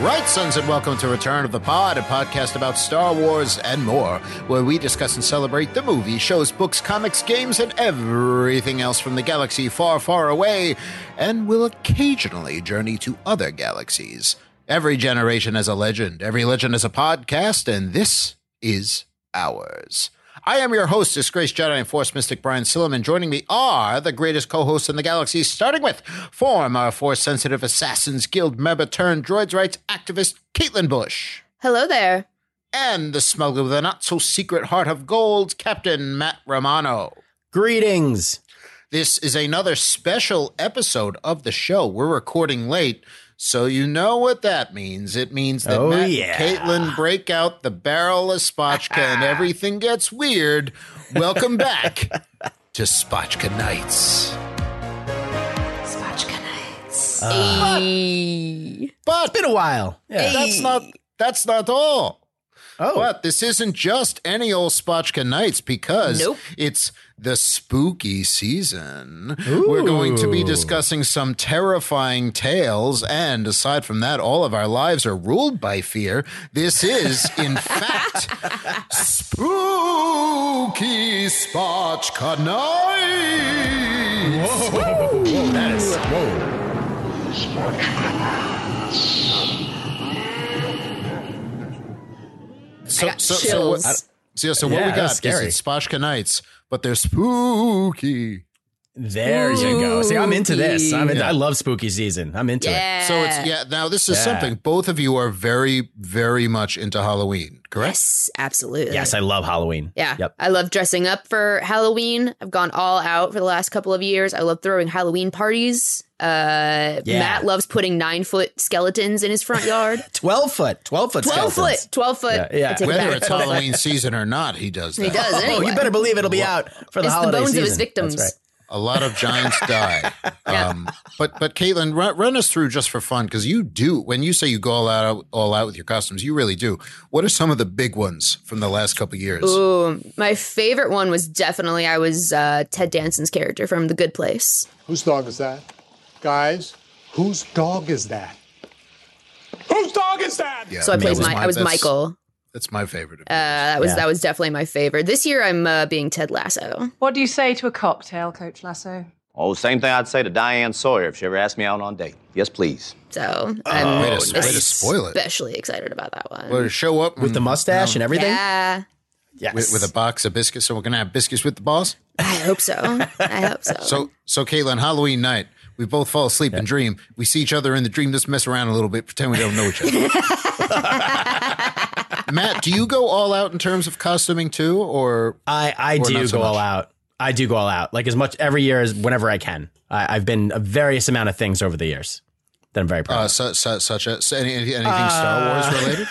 Right, sons, and welcome to Return of the Pod, a podcast about Star Wars and more, where we discuss and celebrate the movies, shows, books, comics, games, and everything else from the galaxy far, far away, and will occasionally journey to other galaxies. Every generation has a legend, every legend has a podcast, and this is ours. I am your host, Disgraced Jedi and Force Mystic Brian Silliman. Joining me are the greatest co hosts in the galaxy, starting with former Force Sensitive Assassins Guild member turned droids rights activist Caitlin Bush, Hello there. and the smuggler with a not so secret heart of gold, Captain Matt Romano. Greetings. This is another special episode of the show. We're recording late, so you know what that means. It means that Oh, Matt yeah. and Caitlin break out the barrel of Spotchka and everything gets weird. Welcome back to Spotchka Nights. Ah. Hey. But Oh, Been a while. Yeah. that's not that's not all. Oh, But this isn't just any old Spotchka Nights because Nope. it's the spooky season. We're going to be Ooh. discussing some terrifying tales, and aside from that, all of our lives are ruled by fear. This is, in fact, Spooky Spotchka Nights. that is whoa. So, got so, so, chills. what, so, so what Yeah, we that got was is scary. it's Spotchka Nights, but they're spooky. There you go. See, I'm into this. I'm in, Spooky. I love spooky season. I'm into it. Yeah. So it's yeah. Now this is Yeah. something both of you are very, very much into Halloween, correct? Yes, absolutely. Yes, I love Halloween. yeah. Yep. I love dressing up for Halloween. I've gone all out for the last couple of years. I love throwing Halloween parties. Uh, Yeah. Matt loves putting nine foot skeletons in his front yard. 12 foot. 12 foot 12 skeletons. foot. 12 foot. Yeah, yeah. I take it Whether back. it's 12 foot. Halloween season or not, he does that. He does. Oh, anyway. you better believe it'll be out for the It's the holiday bones of his season. victims. That's A lot of giants die. Um, but but Caitlin, run, run us through just for fun because you do. When you say you go all out, all out with your costumes, you really do. What are some of the big ones from the last couple years? Ooh, Um, my favorite one was definitely I was uh, Ted Danson's character from The Good Place. Whose dog is that? Guys, whose dog is that? Whose dog is that? Yeah, So I that played was my, I was that's- Michael. That's my favorite. of Uh, yours. that was Yeah. that was definitely my favorite. This year I'm uh, being Ted Lasso. What do you say to a cocktail, Coach Lasso? Oh, same thing I'd say to Diane Sawyer if she ever asked me out on a date. Yes, please. So Oh, I'm way to- way to spoil it. especially excited about that one. Or show up With the mustache and everything? Mm-hmm. yeah, Yes. with, with a box of biscuits. So we're gonna have biscuits with the boss. I hope so. I hope so. So, so Caitlin, Halloween night, we both fall asleep and dream. We see each other in the dream. Let's mess around a little bit, pretend we don't know each other. Matt, do you go all out in terms of costuming too, or I, I Or do not so go all much. out. I do go all out. Like as much every year as whenever I can. I, I've been a various amount of things over the years that I'm very proud uh, of. su- su- such a su- any, anything Uh, Star Wars related?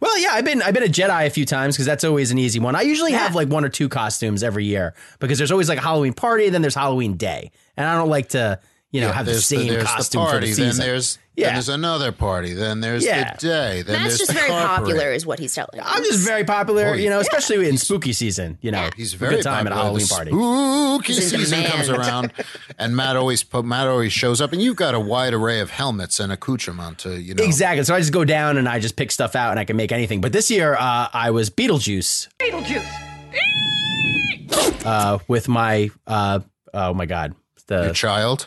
Well, yeah, I've been I've been a Jedi a few times because that's always an easy one. I usually have like one or two costumes every year because there's always like a Halloween party and then there's Halloween day, and I don't like to you know have the there's same there's costume the for party, the then season. there's Yeah. then there's another party, then there's Yeah. the day, then That's there's just the very car popular, parade. is what he's telling. I'm us. just very popular, Boy. you know, especially in spooky season. You know, He's A very good time popular. at a Halloween The party. Spooky He's in season demand. comes around, and Matt always put, Matt always shows up, and you've got a wide array of helmets and accoutrement to you know Exactly. So I just go down and I just pick stuff out and I can make anything. But this year, uh, I was Beetlejuice Beetlejuice. uh, with my uh, oh my god, your the child.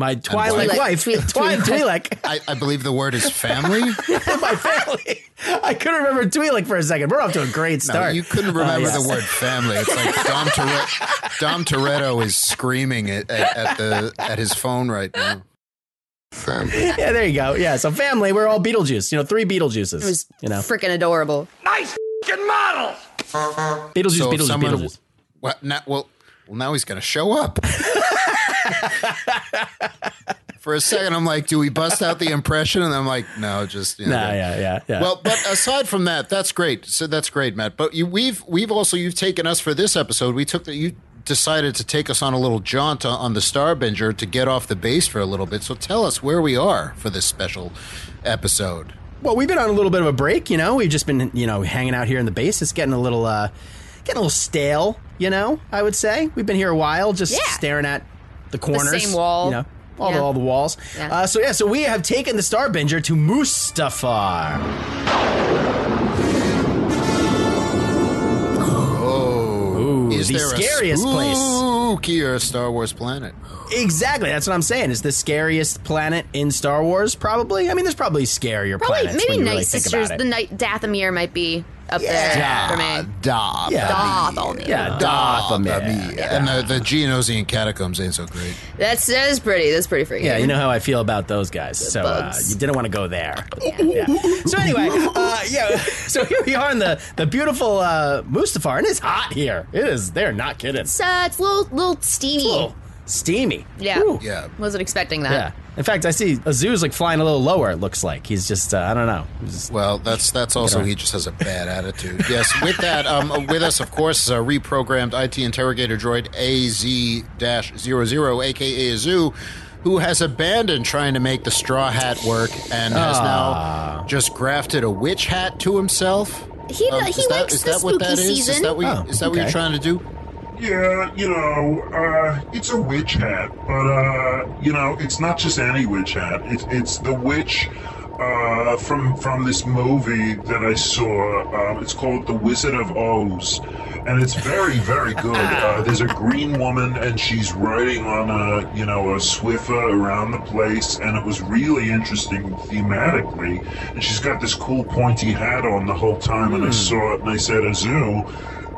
my Twilight Twi'lek. wife, Twi- Twilight Twi'lek. I, I believe the word is family. my family. I couldn't remember Twi'lek for a second. We're off to a great No, start. you couldn't remember Uh, yes. the word family. It's like Dom, Toretto, Dom Toretto is screaming at, at, at the at his phone right now. Family. Yeah, there you go. Yeah, so family, we're all Beetlejuice. You know, three Beetlejuices. it was you know, freaking adorable. Nice f***ing model. Beetlejuice, So if Beetlejuice, someone- Beetlejuice. What? Now, well, well, now he's going to show up. For a second, I'm like, do we bust out the impression? And I'm like, no, just you know, Nah, yeah, yeah, yeah. Well, but aside from that, that's great. So that's great, Matt. But you, we've we've also you've taken us for this episode. We took that you decided to take us on a little jaunt on- on the Starbinger to get off the base for a little bit. So tell us where we are for this special episode. Well, we've been on a little bit of a break, you know. We've just been, you know, hanging out here in the base. It's getting a little, uh, getting a little stale, you know. I would say we've been here a while, just Yeah. staring at the corners, same wall. you know, all the Yeah. all the walls. Yeah. Uh, so yeah, so we have taken the Starbinger to Mustafar. Oh, Ooh, the scariest place. Spookier Star Wars planet. Exactly, that's what I'm saying. It's the scariest planet in Star Wars, probably. I mean, there's probably scarier Probably planets. maybe when you Night really think Sisters, about it. the Night Dathomir might be up there for Uh, me. Da, Yeah. Dathomir. yeah, Dathomir. And the, the Geonosian catacombs ain't so great. That's that is pretty. That's pretty freaky. Yeah, you know how I feel about those guys. So uh, bugs. you didn't want to go there. Yeah. So anyway, uh, yeah. So here we are in the the beautiful uh, Mustafar, and it's hot here. It is. They're not kidding. It's, uh, it's a little little steamy. Cool. Steamy. Yeah. Ooh. Yeah. Wasn't expecting that. Yeah. In fact, I see Azu's like flying a little lower. It looks like he's just uh, I don't know. He's just- Well, that's that's also he just has a bad attitude. Yes. With that, um, with us, of course, is our reprogrammed IT interrogator droid AZ-00, aka Azu, who has abandoned trying to make the straw hat work and has Ah. now just grafted a witch hat to himself. Um, He- he is likes is the what that spooky is? Is season. that what, Oh, is that what you're okay. trying to do? Yeah, you know, uh, it's a witch hat, but uh, you know, it's not just any witch hat. It's it's the witch uh, from from this movie that I saw. Um, it's called The Wizard of Oz, and it's very very good. Uh, there's a green woman, and she's riding on a you know a Swiffer around the place, and it was really interesting thematically. And she's got this cool pointy hat on the whole time, and I saw it, and I said, Azu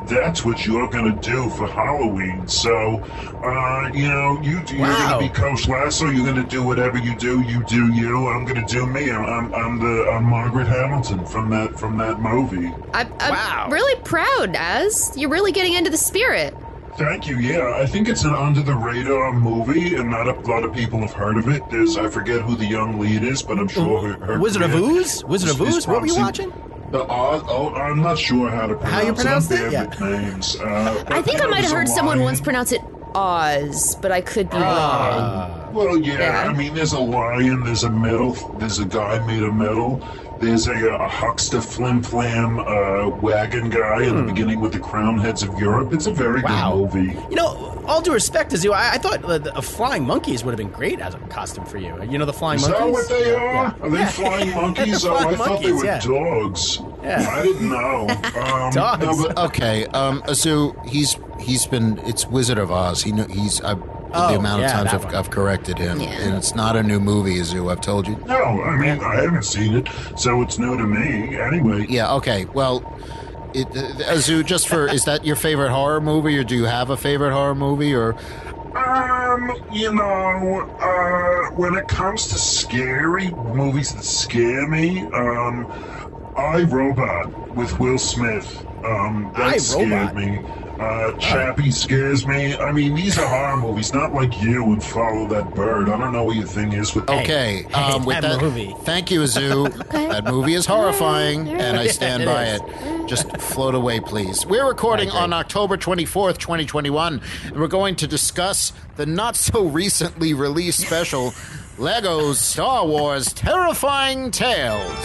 that's what you're gonna do for Halloween. So, uh, you know, you you're Wow. gonna be Coach Lasso. You're gonna do whatever you do. You do you. I'm gonna do me. I'm I'm, I'm the I'm Margaret Hamilton from that from that movie. I, I'm Wow. really proud, Az. You're really getting into the spirit. Thank you. Yeah, I think it's an under the radar movie, and not a lot of people have heard of it. There's I forget who the young lead is, but I'm sure her. her Wizard of career Ooze? Wizard is- of is Ooze? What were you promising. watching? The Oz. Oh, I'm not sure how to pronounce. How you it. pronounce I'm it? bad with names. Uh, I but, think you I know, might have there's a heard someone lion. once pronounce it Oz, but I could be Oh. wrong. Well, yeah. Yeah. I mean, there's a lion, there's a metal, there's a guy made of metal, there's a, uh huckster flim flam uh, wagon guy in the beginning with the crown heads of Europe. It's a very Hmm. Wow. good movie. You know, all due respect, Azu, I, I thought uh, the, uh, flying monkeys would have been great as a costume for you. You know the flying Is monkeys? that what they are? Are they flying monkeys? oh, I Flying thought they monkeys, were yeah. dogs. I didn't know. Um, Dogs. no, but- Okay, um, so he's he's been it's Wizard of Oz. He kn- he's I, Oh, the amount of yeah, times that I've, one. I've corrected him, Yeah. and it's not a new movie, Azu. I've told you. no, I mean, I haven't seen it, so it's new to me. Anyway, Yeah. Okay. Well, it, uh, Azu, just for is that your favorite horror movie, or do you have a favorite horror movie, or Um, you know, uh, when it comes to scary movies that scare me, um, I Robot with Will Smith, um, that I, Robot? scared me. Uh, Chappie scares me. I mean, these are horror movies, not like you and Follow That Bird. I don't know what your thing is with. okay? um, with that movie. Thank you, Azu. That movie is horrifying, and I stand it by is. it. Just float away, please. We're recording on October twenty fourth, twenty twenty one, and we're going to discuss the not so recently released special. Lego's Star Wars Terrifying Tales.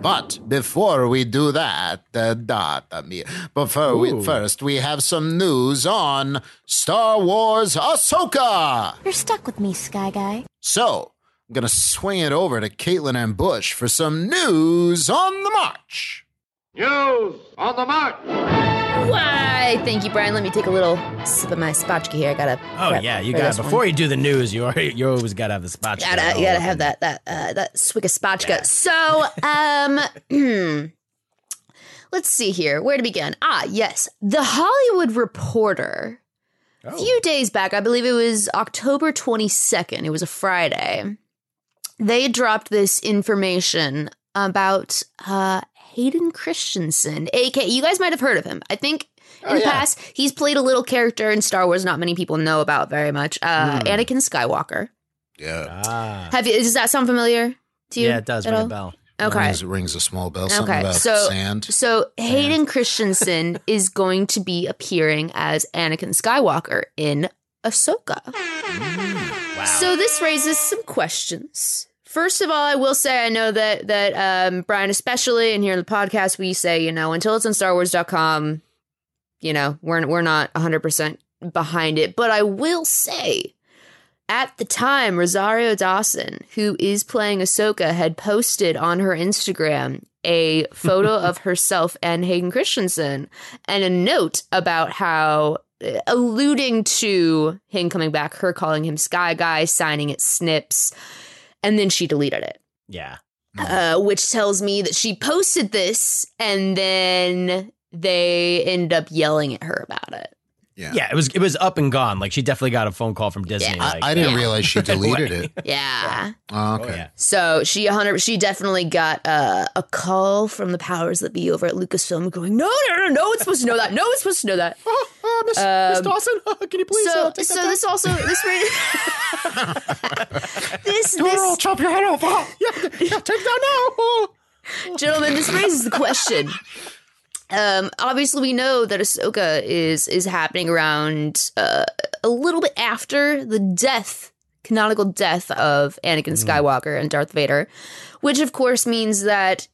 But before we do that, uh, that, I mean, before we, first we have some news on Star Wars Ahsoka. You're stuck with me, Sky Guy. So I'm gonna swing it over to Caitlin and Bush for some news on the march. News on the march. Why? Thank you, Brian. Let me take a little sip of my spotchka here. I gotta. Oh prep yeah, you for got this to one. before you do the news. You already, you always got to have the spot. gotta, you gotta have that that uh, that swig of spotchka. So, um, let's see here. Where to begin? Ah, yes, the Hollywood Reporter. A Oh. few days back, I believe it was October twenty second. It was a Friday. They dropped this information about uh, Hayden Christensen, aka you guys might have heard of him. I think In the past, he's played a little character in Star Wars not many people know about very much. Uh, Anakin Skywalker. Yeah. Ah, Have you? Does that sound familiar to you? yeah, it does at ring a all? bell. Okay. Rings, rings a small bell. Something Okay, about so- sand. So Hayden Christensen is going to be appearing as Anakin Skywalker in Ahsoka. So this raises some questions. First of all, I will say I know that that um, Brian, especially, and here in the podcast, we say you know until it's on StarWars.com, you know we're we're not 100 percent behind it. But I will say, at the time, Rosario Dawson, who is playing Ahsoka, had posted on her Instagram a photo of herself and Hayden Christensen and a note about how uh, alluding to him coming back, her calling him Sky Guy, signing it Snips, and then she deleted it Yeah. Mm. uh, which tells me that she posted this and then they end up yelling at her about it. Yeah. Yeah, it was it was up and gone. Like she definitely got a phone call from Disney. Yeah. like, I, I didn't Yeah. realize she deleted away. it. Yeah. Oh, Oh, okay. yeah. So she 100 she definitely got uh, a call from the powers that be over at Lucasfilm going, "No, no, no, no, it's supposed to know that. No, it's supposed to know that." "Oh, uh, Miss, Miss Um, Dawson, can you uh, so so this also this ra- this this chop your head off. yeah, take that now. gentlemen, this raises the question. Um, obviously, we know that Ahsoka is is happening around uh, a little bit after the death, canonical death of Anakin Skywalker and Darth Vader, which of course means that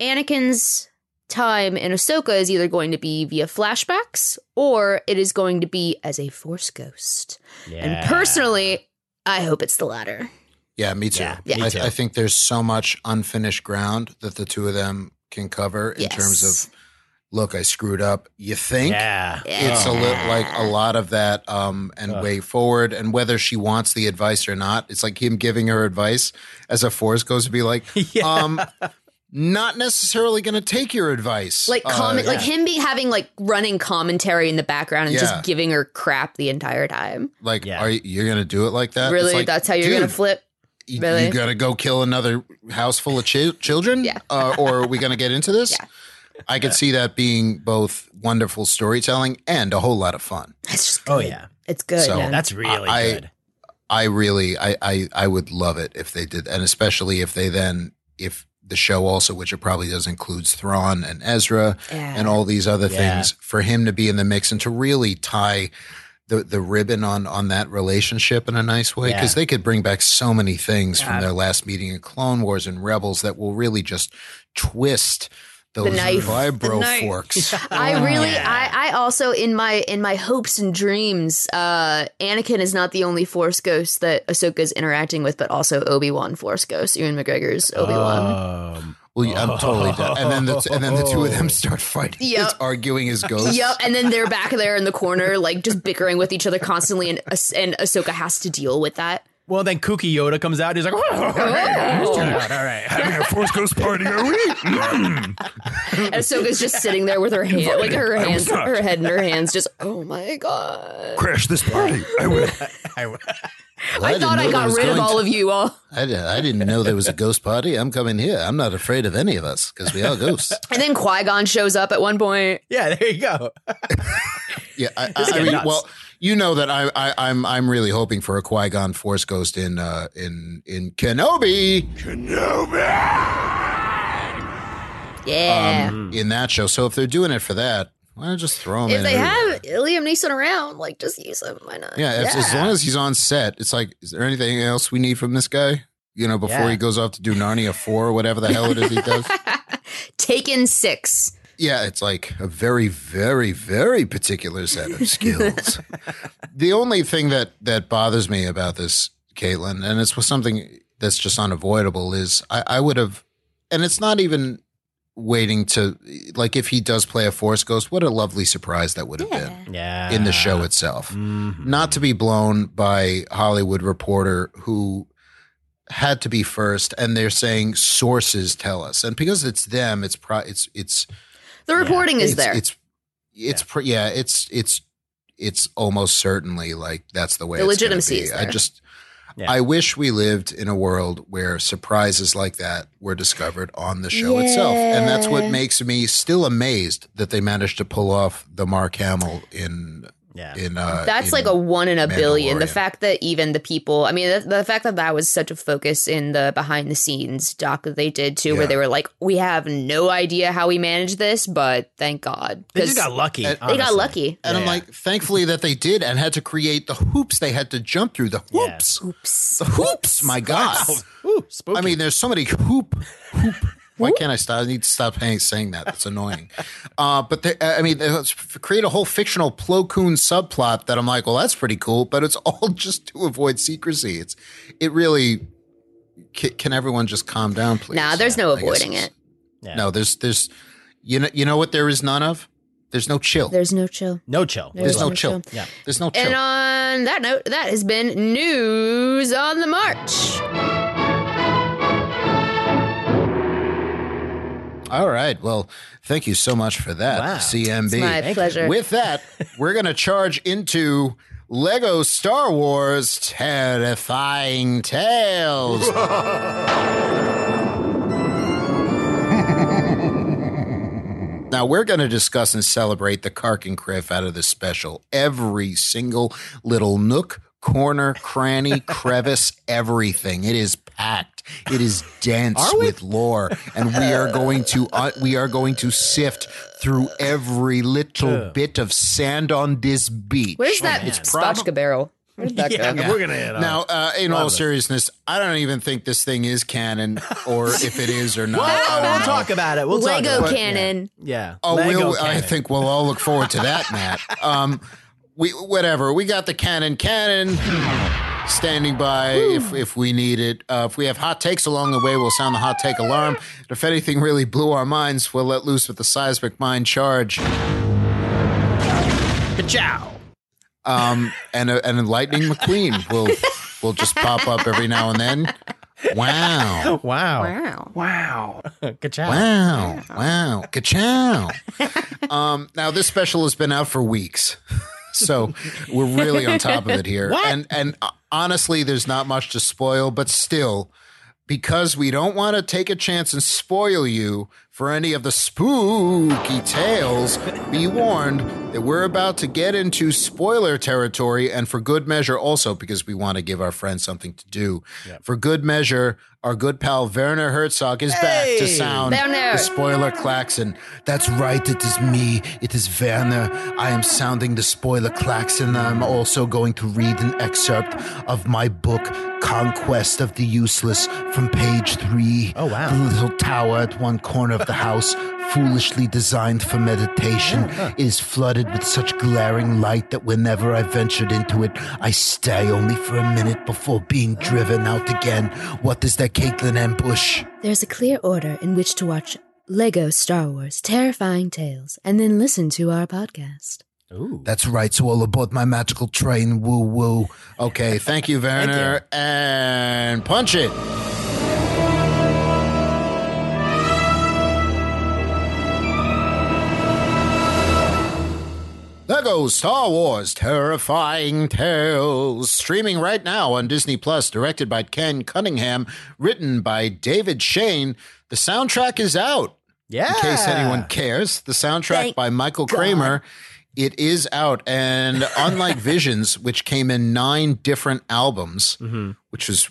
Anakin's time in Ahsoka is either going to be via flashbacks or it is going to be as a Force ghost. And personally, I hope it's the latter. Yeah, me too. Yeah, me I, too. I think there's so much unfinished ground that the two of them can cover in Yes. terms of look, I screwed up. You think? yeah, It's a little like a lot of that um, and Oh. Ugh. way forward. And whether she wants the advice or not, it's like him giving her advice as a force goes to be like, Yeah. um, not necessarily going to take your advice. like Uh, comment like yeah. him be having like running commentary in the background and Yeah. just giving her crap the entire time like, Yeah. are you, you're going to do it like that? It's really like, that's how you're gonna dude, flip you, Really? you got to go kill another house full of chi- children? Yeah. Uh, or are we going to get into this? Yeah. I could see that being both wonderful storytelling and a whole lot of fun. it's just good. Oh yeah, it's good So- man. that's really I- good. I really, I, I, I would love it if they did, and especially if they then, if the show also, which it probably does, includes Thrawn and Ezra Yeah. and all these other Yeah. things, for him to be in the mix and to really tie the the ribbon on on that relationship in a nice way, because Yeah. they could bring back so many things Yeah. from their last meeting in Clone Wars and Rebels that will really just twist those knife. The vibro knife. forks. I really, Yeah. I, I also in my in my hopes and dreams, uh, Anakin is not the only Force ghost that Ahsoka is interacting with, but also Obi Wan Force ghost, Ewan McGregor's Obi Wan. uh, Um, Well, yeah, I'm totally done. And then the, and then the two of them start fighting, Yep. arguing as ghosts. Yep, and then they're back there in the corner, like just bickering with each other constantly, and Ah- and Ahsoka has to deal with that. well, then Kooky Yoda comes out. And he's like, all right, having a force ghost party, are we? And Ahsoka's just sitting there with her hand, like her hands, her head in her hands, just oh my god. Crash this party. I will. Well, I thought I didn't know there got was rid of going all to- of you all. I, di- I didn't know there was a ghost party. I'm coming here. I'm not afraid of any of us because we are ghosts. And then Qui Gon shows up at one point. yeah, there you go. Yeah, I, This I, I guy mean, nuts. well, you know that I, I, I'm, I'm really hoping for a Qui Gon Force ghost in, uh, in, in Kenobi, Yeah. in that show. So if they're doing it for that, why not just throw him if in? they everywhere? have Liam Neeson around, like just use him. Why not? yeah, if- as long as he's on set, it's like, is there anything else we need from this guy? You know, before Yeah. he goes off to do Narnia four or whatever the hell it is he does. Taken six. Yeah, it's like a very, very, very particular set of skills. the only thing that that bothers me about this, Caitlin, and it's something that's just unavoidable, is I, I would have, and it's not even waiting to like if he does play a force ghost, what a lovely surprise that would have been Yeah, in the show itself Mhm. not to be blown by Hollywood Reporter who had to be first and they're saying sources tell us and because it's them it's pro- it's it's The reporting is it's, there. it's it's yeah. yeah it's it's it's almost certainly like that's the way The it's gonna legitimacy be. is I there. just Yeah. I wish we lived in a world where surprises like that were discovered on the show itself. And that's what makes me still amazed that they managed to pull off the Mark Hamill in Yeah. in uh That's in- like a one in a billion. The Mandalorian. fact that even the people, I mean, the, the fact that that was such a focus in the behind the scenes doc that they did too, Yeah. where they were like, we have no idea how we managed this, but thank God. They just 'Cause got lucky. They they got honestly. lucky. and I'm Yeah. like, thankfully that they did and had to create the hoops they had to jump through. The Yeah. hoops. Oops. The hoops, my God. Ooh, spooky. I mean, there's so many hoop, hoop. Why can't I stop? I need to stop saying- saying that. That's annoying. Uh, but there, I mean, it's, create a whole fictional Plo Koon subplot that I'm like, well, that's pretty cool, but it's all just to avoid secrecy. It's, it really. Can, can everyone just calm down, please? Nah, there's no I guess avoiding it's- it. No, there's there's, you know, you know what there is none of. There's no chill. There's, There's no chill. no chill. There's no no chill. chill. Yeah. There's no chill. And on that note, that has been news on the march. All right. Well, thank you so much for that, Wow. CMB. It's my Thank you. pleasure. With that, we're going to charge into Lego Star Wars Terrifying Tales. Now we're going to discuss and celebrate the Kark and Criff out of this special. Every single little nook, corner, cranny, crevice, everything. It is packed. It is dense with lore, and we are going to uh, we are going to sift through every little bit of sand on this beach. Where's that prob- spatchka barrel? Where did that go? Yeah, we're gonna hit on. Now, uh, in all seriousness, I don't even think this thing is canon, or if it is or not. I Well, don't we'll know. talk about it. We'll talk Lego about cannon. It. Yeah. Oh, Lego we'll, I cannon. think we'll all look forward to that, Matt. Um, we whatever we got the cannon, cannon standing by if, if we need it. Uh, if we have hot takes along the way, we'll sound the hot take alarm. And if anything really blew our minds, we'll let loose with the seismic mind charge. Ciao. Um, and uh, and Lightning McQueen will will just pop up every now and then. Wow. Wow. Wow. Good job. Wow, wow, ka um, now this special has been out for weeks. So we're really on top of it here. And and uh, honestly, there's not much to spoil, but still, because we don't want to take a chance and spoil you for any of the spooky tales, be warned that we're about to get into spoiler territory and for good measure also because we want to give our friends something to do. For good measure, our good pal Werner Herzog is back to sound Werner. the spoiler klaxon. That's right, it is me. It is Werner. I am sounding the spoiler klaxon. I'm also going to read an excerpt of my book, Conquest of the Useless, from page three. Oh, wow. The little tower at one corner of the house, foolishly designed for meditation, is flooded with such glaring light that whenever I ventured into it, I stay only for a minute before being driven out again. What is that Caitlin ambush? There's a clear order in which to watch Lego Star Wars Terrifying Tales and then listen to our podcast. Ooh. That's right. So all aboard my magical train. Woo woo. Okay. Thank you, Werner. And punch it. Lego Star Wars Terrifying Tales, streaming right now on Disney Plus, directed by Ken Cunningham, written by David Shane. The soundtrack is out yeah. in case anyone cares. The soundtrack by Michael Kramer. It is out. And unlike Visions, which came in nine different albums, which is,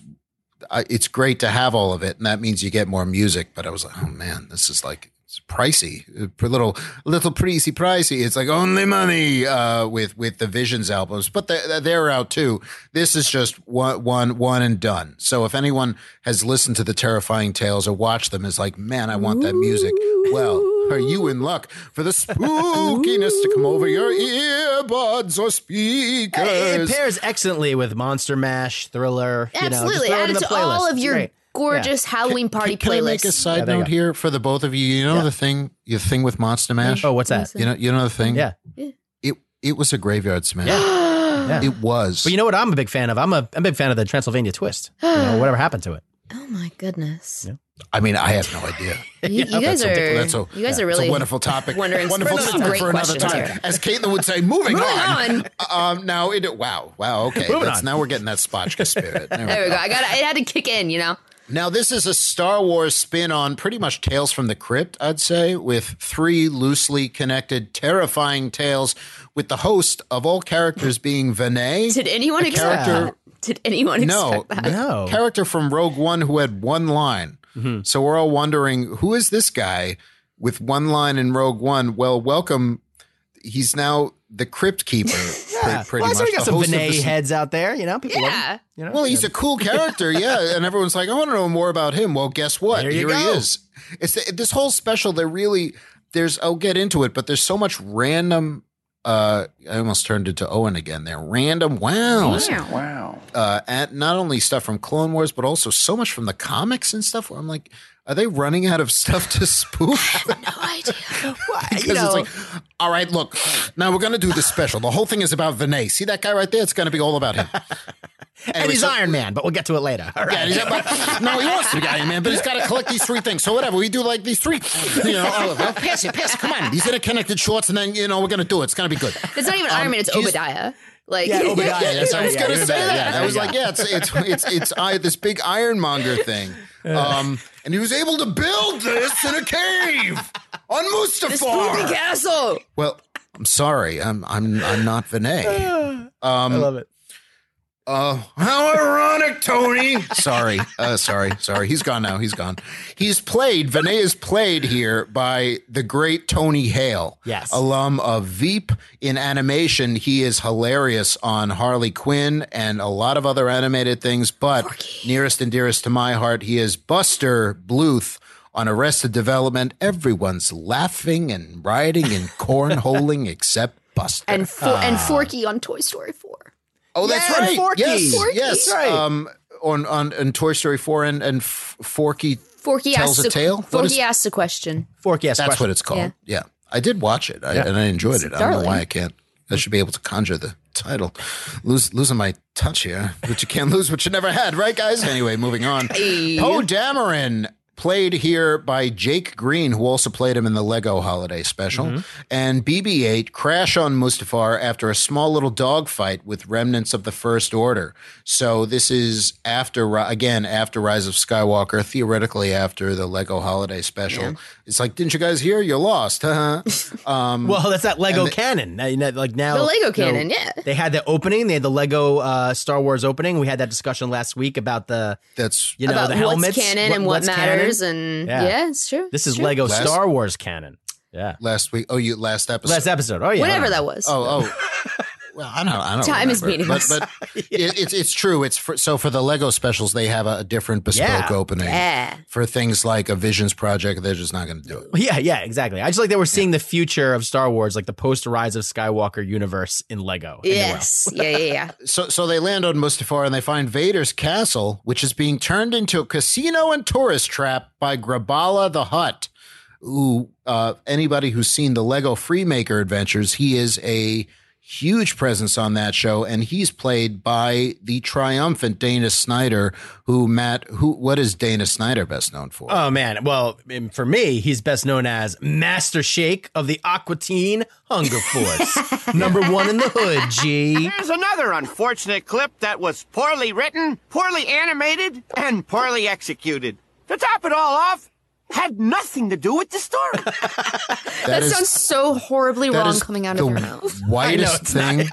uh, it's great to have all of it. And that means you get more music. But I was like, oh man, this is like, it's pricey, a little, a little pricey, pricey. It's like only money uh, with with the Visions albums, but they- they're out too. This is just one, one, one and done. So if anyone has listened to the terrifying tales or watched them, is like, man, I want that music. Well, are you in luck for the spookiness to come over your earbuds or Uh, It, speakers? it pairs excellently with Monster Mash, Thriller. you know, just Absolutely. throw it Add in it the to all playlist. of your Great. gorgeous Halloween party Can I make a playlists. side there you note go. here for the both of you? You know the thing, your thing with Monster Mash. Oh, what's that? You know, you know the thing. Yeah. It it was a graveyard smash. Yeah. yeah. It was. But you know what I'm a big fan of? I'm a, I'm a big fan of the Transylvania twist. You know, whatever happened to it. Oh my goodness. I mean, I have no idea. You, you guys that's are A, that's a, you guys are it's really a wonderful topic. wondering wonderful some topic great for another questions time. here. As Caitlin would say, moving, Moving Um, now it. Wow. Wow. Okay. Moving that's on. now we're getting that Spotchka spirit. There we There we go. go. I got it. had to kick in, you know. Now, this is a Star Wars spin on pretty much Tales from the Crypt, I'd say, with three loosely connected, terrifying tales, with the host of all characters being Vinay. Did anyone a expect character- that? Did anyone No, expect that? No. Mm-hmm. character from Rogue One who had one line. So we're all wondering who is this guy with one line in Rogue One? Well, welcome. He's now the Crypt Keeper, pre- pretty well, much. so we got the some host of Vinay the- heads out there, you know? People love him, Yeah. you know? Well, he's a cool character, yeah. And everyone's like, I want to know more about him. Well, guess what? There you Here go. he is. It's this whole special. They're really there's. I'll get into it, but there's so much random. Uh, I almost turned into Owen again there. Random wows. Uh, at not only stuff from Clone Wars, but also so much from the comics and stuff. Where I'm like, are they running out of stuff to spoof? No idea. Because it's like, all right, look, now we're going to do this special. The whole thing is about Vinay. See that guy right there? It's going to be all about him. and Anyway, he's so- Iron Man, but we'll get to it later. All right. yeah, he's but, no, he wants to be Iron Man, but he's got to collect these three things. So whatever, we do like these three. You know, all of them. pass it, pass it. Come on, these interconnected shorts, and then you know we're gonna do it. It's gonna be good. It's not even Iron Man, it's she's- Obadiah. Like Yeah, Obadiah. Um, Yeah, that's what I was Yeah, gonna you're say. better. That. Yeah, I there was you like, go. yeah, it's it's it's it's I, this big ironmonger thing. Um, and he was able to build this in a cave on the spooky Mustafar. castle. Well, I'm sorry, I'm I'm I'm not Oh, Vinay. I love it. Uh, how ironic, Tony. sorry, uh, sorry, sorry. He's gone now. He's gone. He's played. Vinay is played here by the great Tony Hale. Yes. alum of Veep in animation. He is hilarious on Harley Quinn and a lot of other animated things. But nearest and dearest to my heart, he is Buster Bluth. On Arrested Development, everyone's laughing and riding and cornholing except Buster. And for, and Ah. Forky on Toy Story 4. Oh, that's Yeah, and right. Forky. Yes, Forky. yes. That's right. Um, on on on Toy Story four and and F- Forky. Forky Tells asks a tale? What Forky is- asks a question. Fork, yes. That's question. what it's called. Yeah, I did watch it, I, and I enjoyed it. I don't know darling. why I can't. I should be able to conjure the title. Lose, losing my touch here, but you can't lose what you never had, right, guys? Anyway, moving on. Poe Dameron played here by Jake Green, who also played him in the Lego Holiday Special, and BB-8 crash on Mustafar after a small little dogfight with remnants of the First Order. So this is after Ri- again after Rise of Skywalker, theoretically after the Lego Holiday Special. It's like, didn't you guys hear? You're lost, Uh-huh. Um, huh? Well, that's that Lego canon. Now, you know, like now, The Lego you know, canon, yeah. They had the opening. They had the Lego uh, Star Wars opening. We had that discussion last week about the That's you know about the what's helmets, canon what- and what what's canon. matters. And Yeah. yeah. it's true. This it's is true. Lego Last- Star Wars canon. Yeah, last week. Oh, you last episode. last episode. Oh yeah, Whatever that was. Oh, oh. Well, I don't. I don't. Time is remember. meaningless. But, but it, it's it's true. It's for, so for the Lego specials, they have a, a different bespoke Yeah. opening. Yeah. For things like a Visions project, they're just not going to do it. Yeah, yeah, exactly. I just like that we're seeing the future of Star Wars, like the post Rise of Skywalker universe in Lego. in the world. Yes. yeah, yeah, yeah. So so they land on Mustafar and they find Vader's castle, which is being turned into a casino and tourist trap by Grabala the Hutt. Ooh, uh, anybody who's seen the Lego Freemaker Adventures, he is a huge presence on that show, and he's played by the triumphant Dana Snyder, who Matt, who what is Dana Snyder best known for? Oh man, well, um, for me, he's best known as Master Shake of the Aquatine Hunger Force, number one in the hood. G. Here's another unfortunate clip that was poorly written, poorly animated, and poorly executed. To top it all off, had nothing to do with the story. That, is- sounds so horribly that wrong is coming out the of your mouth. Whitest thing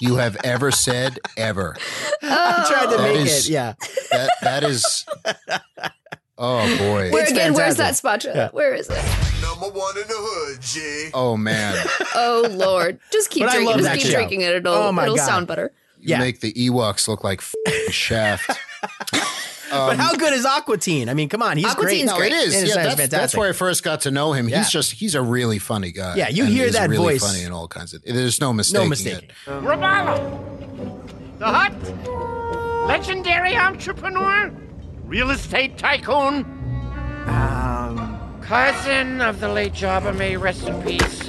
you have ever said ever. I tried to That make is- it. Yeah, That that is. Oh boy. Where again, where's that fantastic. spot? Where is it? Number one in the hood, G. Oh man, Oh Lord. Just keep But I drinking. love Just that keep show. drinking it. It'll Oh, my it'll God. sound better. you Yeah. make the Ewoks look like f***ing Shaft. but how good is Aquatine? I mean, come on, he's great. Aquatine's No, um, it is. It is Yeah, that's, fantastic. that's where I first got to know him. Yeah. He's just he's a really funny guy. Yeah, you And hear he's that really voice. Funny and all kinds of. There's no mistake. No mistake. Rabala, the hut, legendary entrepreneur, real estate tycoon, um, cousin of the late Jabba, may rest in peace.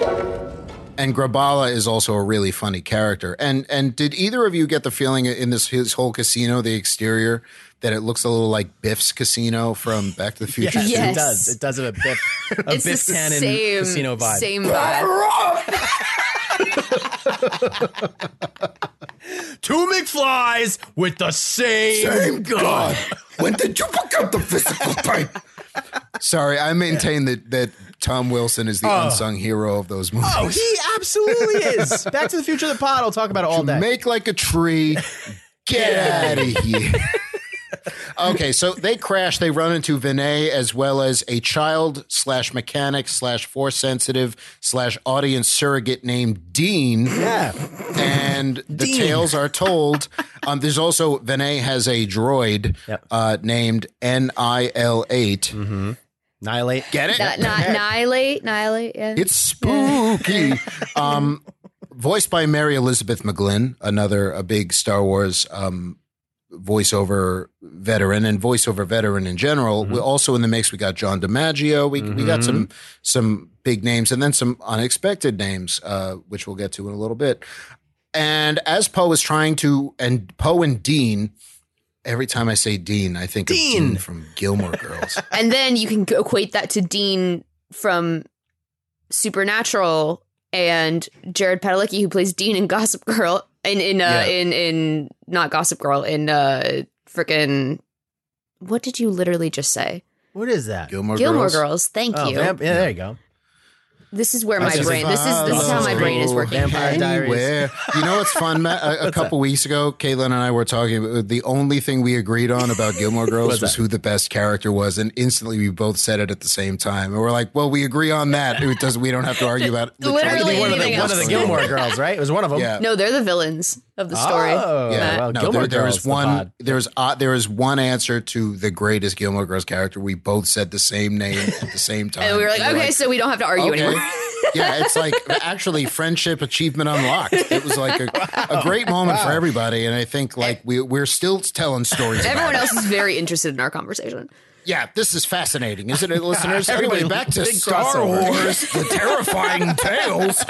And Grabala is also a really funny character. And and did either of you get the feeling in this his whole casino, the exterior, that it looks a little like Biff's casino from Back to the Future? Yes, too? it does. It does have a Biff, a it's Biff the Tannen same casino vibe. Same vibe. Two McFlys with the same, gun. When did you pick up the physical type? Sorry, I maintain that that Tom Wilson is the Oh. unsung hero of those movies. Oh, he absolutely is. Back to the Future, of the pod. I'll talk about it all day. Make like a tree. Get out of here. okay, so they crash. They run into Vinay as well as a child slash mechanic slash force sensitive slash audience surrogate named Dean. Yeah. And the Dean. tales are told. Um, there's also Vinay has a droid uh, named NIL8. Mm-hmm. Nihilate. Get it? Not, not annihilate, annihilate. Yeah. It's spooky. um, voiced by Mary Elizabeth McGlynn, another a big Star Wars um, voiceover veteran and voiceover veteran in general. We're also in the mix. We got John DiMaggio. We we got some some big names and then some unexpected names, uh, which we'll get to in a little bit. And as Poe is trying to, and Poe and Dean. Every time I say Dean, I think Dean. of Dean from Gilmore Girls. and then you can equate that to Dean from Supernatural and Jared Padalecki, who plays Dean in Gossip Girl, in in Yeah. uh, in in not Gossip Girl, in uh, freaking. What did you literally just say? What is that? Gilmore, Gilmore Girls. Girls. Thank Oh, you. vamp- yeah, there you go. this is where I was my just brain. This is this is how my brain is working. Vampire Diaries. Anywhere. You know what's fun, Matt? A, a couple weeks ago, Caitlin and I were talking. About, the only thing we agreed on about Gilmore Girls What's was that? who the best character was, and instantly we both said it at the same time. And we're like, "Well, we agree on that. It does. We don't have to argue about Literally Had to be one of the anything one of the else. Gilmore girls, right? It was one of them. Yeah. No, they're the villains of the story. Oh, Yeah, well, no, Gilmore there, there Girls, is the one. pod. There is uh, there is one answer to the greatest Gilmore Girls character. We both said the same name at the same time, And we were like, okay, so we don't have to argue Okay. anymore. yeah, it's like actually friendship achievement unlocked. It was like a, a great moment for everybody, and I think like we we're still telling stories. about Everyone it. else is very interested in our conversation. yeah, this is fascinating, isn't it, listeners? Everybody- Everybody, back to big Star crossover. Wars, the terrifying tales.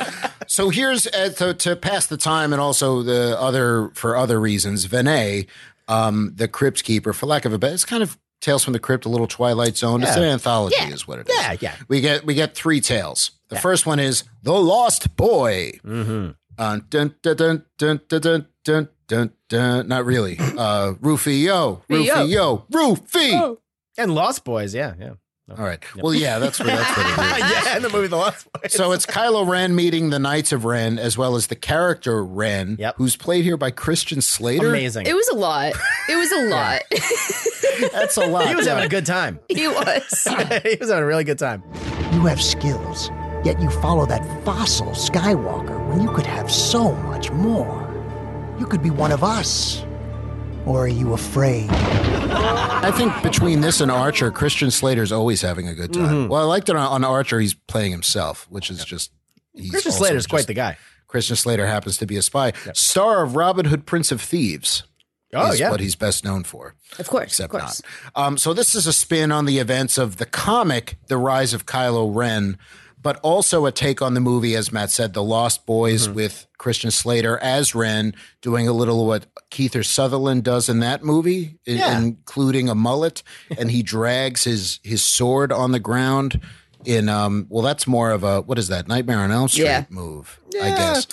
So here's uh, to, to pass the time, and also the other for other reasons. Vinay, um, the Crypt Keeper, for lack of a better, it's kind of Tales from the Crypt, a little Twilight Zone. It's Yeah. an anthology, Yeah. is what it is. Yeah, yeah. We get we get three tales. The first one is The Lost Boy. Mm-hmm. Uh, dun, dun, dun, dun, dun, dun, dun, dun, dun. Not really. Uh, Rufio, Rufio, Rufio. And Lost Boys, yeah, yeah. All right. Well, yeah, that's what, that's what it is. yeah, in the movie The Lost Boys. So it's Kylo Ren meeting the Knights of Ren, as well as the character Ren, Yep. who's played here by Christian Slater. amazing. It was a lot. It was a lot. That's a lot. he was having a good time. he was. he was having a really good time. You have skills, yet you follow that fossil Skywalker when you could have so much more. You could be one of us. Or are you afraid? I think between this and Archer, Christian Slater's always having a good time. Mm-hmm. Well, I liked it on, on Archer. He's playing himself, which is just. He's Christian also Slater's quite just- the guy. Christian Slater happens to be a spy, star of Robin Hood, Prince of Thieves. Oh, is yeah. what he's best known for. Of course, except of course. not. Um, so this is a spin on the events of the comic, The Rise of Kylo Ren, but also a take on the movie, as Matt said, The Lost Boys with Christian Slater as Ren, doing a little what Keith or Sutherland does in that movie, i- Yeah. including a mullet, and he drags his his sword on the ground. In um, well, that's more of a what is that Nightmare on Elm Street Yeah. move, I guess.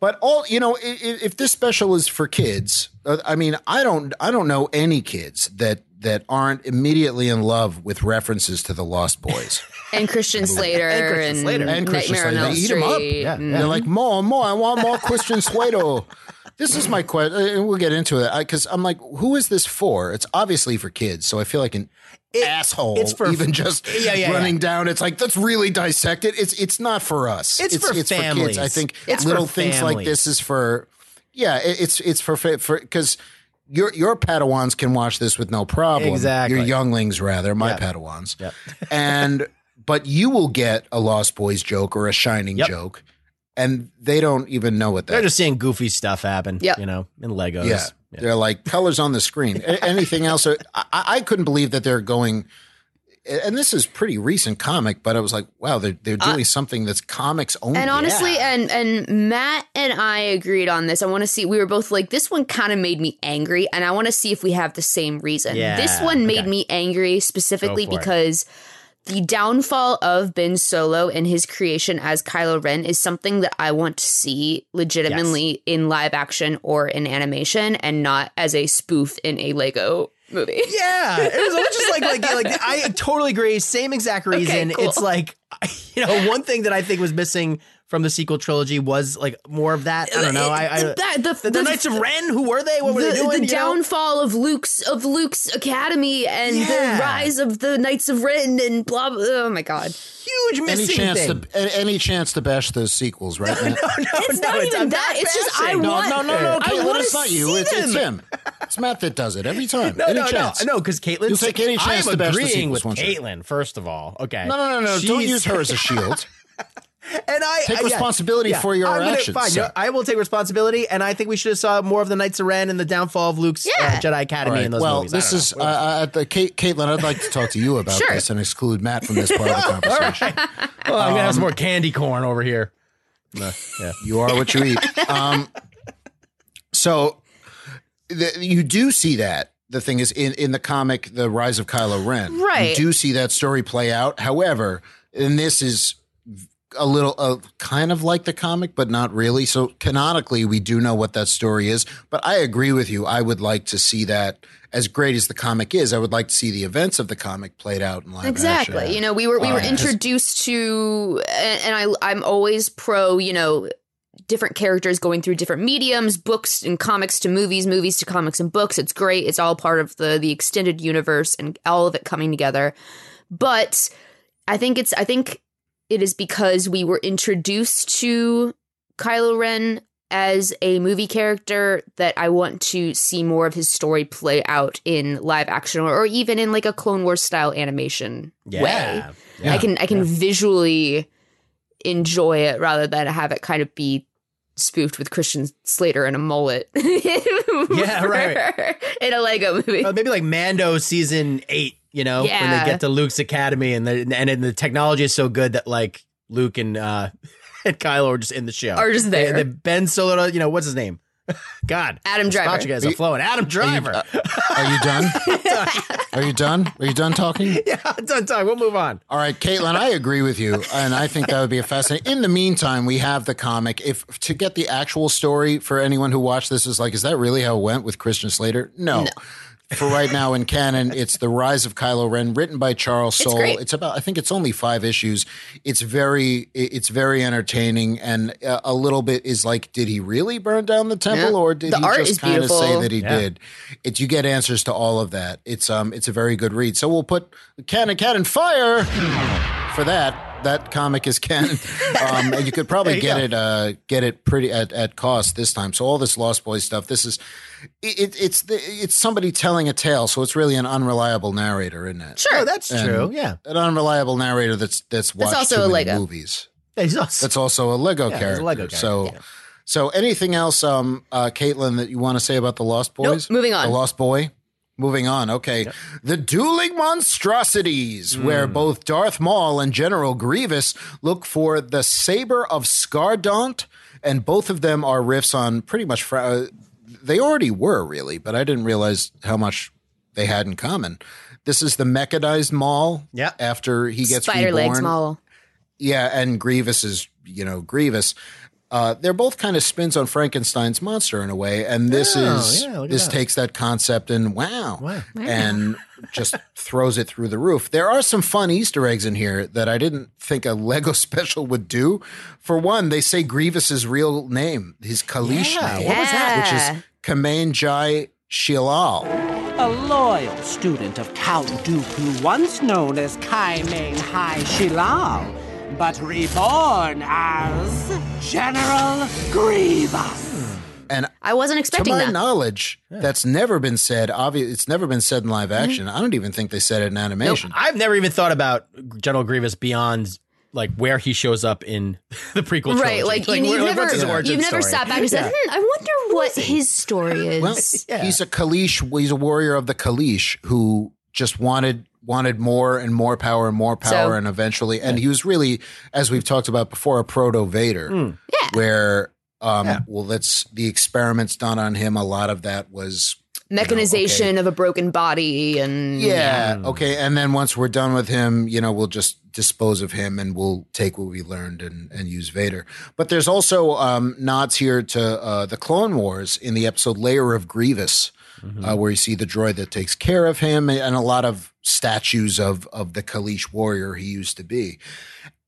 But all you know, if, if this special is for kids, uh, I mean, I don't, I don't know any kids that that aren't immediately in love with references to the Lost Boys And Christian Slater and, Christian Slater. and Christian Nightmare Slater. on Elm They eat Street. them up. Yeah. They're like, more, more. I want more Christian Slater. This is my question, and we'll get into it because I'm like, who is this for? It's obviously for kids, so I feel like an asshole. it's for- even just Yeah, yeah, running yeah. down. It's like let's really dissect it. It's it's not for us. It's for kids. families. I think It's little for things like families. this is for yeah. It, it's it's for fa- for because. Your, your Padawans can watch this with no problem. Exactly. Your younglings, rather, my Yep. Padawans Yep. and but you will get a Lost Boys joke or a Shining Yep. joke, and they don't even know what They're that. just seeing goofy stuff happen, Yep. you know, in Legos. yeah. they're like colors on the screen. A- Anything else? I, I couldn't believe that they're going. and this is pretty recent comic, but I was like, wow, they're they're Uh, doing something that's comics only. And honestly, and and Matt and I agreed on this. I want to see. We were both like, this one kind of made me angry, and I want to see if we have the same reason. Yeah, this one made okay. me angry specifically Go for it. because the downfall of Ben Solo and his creation as Kylo Ren is something that I want to see legitimately in live action or in animation, and not as a spoof in a Lego movie. Yeah, it was, I was just like, like, yeah, like I totally agree. Same exact reason. cool. It's like, you know, one thing that I think was missing from the sequel trilogy was like more of that. I don't know. I, I That- the, Knights of Ren. Who were they? What were the, they doing? the you know? downfall of Luke's of Luke's academy and Yeah. the rise of the Knights of Ren and blah. blah oh my god, huge any chance to a- any chance to bash those sequels, right? Matt? it's not even that. It's just I no, want. no, no, no, I Caitlin, want it's to not see you. It's, it's them. him. It's Matt that does it every time. No, any no, chance? no, no, because Caitlin. You'll take any chance I'm to bash the agreeing sequels, with won't you? Caitlin. First of all, okay. No, no, no, no. Don't She's- use her as a shield. And I Take I- yeah, responsibility for your I'm gonna- actions, Fine, sir. you know, I will take responsibility, and I think we should have saw more of the Knights of Ren and the downfall of Luke's uh, Jedi Academy All right, in those well, movies. I this don't is uh, know. uh, the, Kate, Caitlin. I'd like to talk to you about Sure. this and exclude Matt from this part of the All conversation. Well, I'm gonna have some Um, more candy corn over here. No, yeah. You are what you eat. Um, so the, you do see that. The thing is, in, in the comic, The Rise of Kylo Ren, Right. You do see that story play out. However, and this is a little uh, kind of like the comic, but not really. So canonically, we do know what that story is. But I agree with you. I would like to see that. As great as the comic is, I would like to see the events of the comic played out in live action. Exactly. You know, we were we were Um, 'cause- introduced to, and and I I'm always pro. You know, different characters going through different mediums, books and comics to movies, movies to comics and books. It's great. It's all part of the the extended universe and all of it coming together. But I think it's I think it is because we were introduced to Kylo Ren as a movie character that I want to see more of his story play out in live action or, or even in like a Clone Wars style animation Yeah. way. Yeah. I can I can visually enjoy it rather than have it kind of be spoofed with Christian Slater and a mullet. yeah, right. In a Lego movie. Uh, maybe like Mando season eight, you know, when Yeah. they get to Luke's academy and the and, and the technology is so good that like Luke and uh and Kylo are just in the show. Are just there. They, they- ben Solo, you know, what's his name? God. Adam Driver. Thought you guys are flowing. Adam Driver. uh, Are you done? Are you done? Are you done talking? Yeah, done talking. We'll move on. All right, Caitlin, I agree with you, and I think that would be a fascinating. In the meantime, we have the comic. If to get the actual story for anyone who watched this is like, is that really how it went with Christian Slater? No. For right now in canon, it's The Rise of Kylo Ren, written by Charles It's Soule. great. It's about I think it's only 5 issues. It's very it- it's very entertaining and uh, a little bit is like did he really burn down the temple Yeah. or did The he art is just kind of say beautiful. that he Yeah. did? It's you get answers to all of that. It's um it's a very good read. So we'll put Canon Cannon Fire for that. That comic is canon. Um, and you could probably There you get go. it uh, get it pretty at, at cost this time. So all this Lost Boy stuff. This is it, it, it's the, it's somebody telling a tale. So it's really an unreliable narrator, isn't it? Sure. Oh, that's true, yeah. an unreliable narrator that's that's watched also too a many Lego. movies. He's also- That's also a Lego Yeah, he's a character. Lego character, So. So, anything else, um, uh, Caitlin, that you want to say about the Lost Boys? moving on. The Lost Boy. Moving on. Okay, the dueling monstrosities, where both Darth Maul and General Grievous look for the saber of Scardaunt, and both of them are riffs on pretty much. Fra- uh, they already were really, but I didn't realize how much they had in common. This is the mechanized Maul. Yeah. After he gets Spider reborn. legs model. Yeah, and Grievous is, you know, Grievous. Uh, they're both kind of spins on Frankenstein's monster in a way, and this Oh, is yeah, look at this that. takes that concept and wow, Wow. Wow. and just throws it through the roof. There are some fun Easter eggs in here that I didn't think a Lego special would do. For one, they say Grievous's real name, his Kalish Yeah, name, what was that? which is Kamein Jai Shilal. A loyal student of Count Dooku, once known as Kai Meng Hai Shilal, but reborn as General Grievous. And I wasn't expecting to my that. knowledge, that's never been said. Obvious, it's never been said in live action. Mm-hmm. I don't even think they said it in animation. I've never even thought about General Grievous beyond like where he shows up in the prequel trilogy. Right, like, you, where- you've never, what's his origin you've never story? sat back and said, Yeah. hmm, I wonder what his story is. Well, he's a Kalish. He's a warrior of the Kalish who just wanted wanted more and more power and more power So- and eventually and he was really as we've talked about before a proto vader Mm. where um Yeah. well that's the experiments done on him a lot of that was Mechanization of a broken body and yeah okay and then once we're done with him you know we'll just dispose of him and we'll take what we learned and, and use vader but there's also um, nods here to uh, the clone wars in the episode layer of grievous uh, where you see the droid that takes care of him and a lot of statues of of the Kalish warrior he used to be.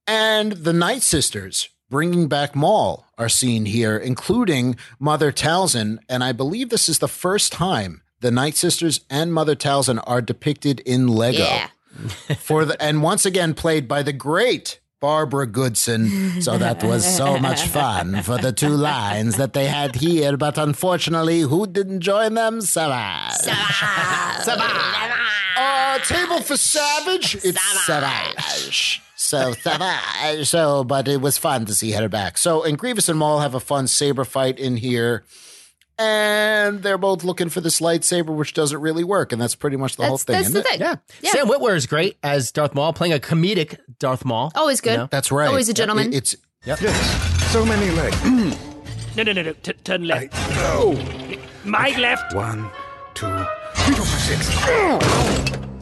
And the Night Sisters bringing back Maul are seen here, including Mother Talzin. And I believe this is the first time the Night Sisters and Mother Talzin are depicted in Lego. Yeah. for the, and once again played by the great Barbara Goodson. So that was so much fun for the two lines that they had here. But unfortunately, who didn't join them? Sarah. Sarah. Uh, table for Savage. It's Savage. So Savage. So, but it was fun to see her back. So, and Grievous and Maul have a fun saber fight in here. And they're both looking for this lightsaber, which doesn't really work, and that's pretty much the whole That's- thing. that's isn't the it? thing. Yeah. Yeah. Sam Whitwer is great as Darth Maul, playing a comedic Darth Maul. Always good. That's right. Always a gentleman. It- it's So many legs. No, no, no, no. T- turn left. My left. One, two,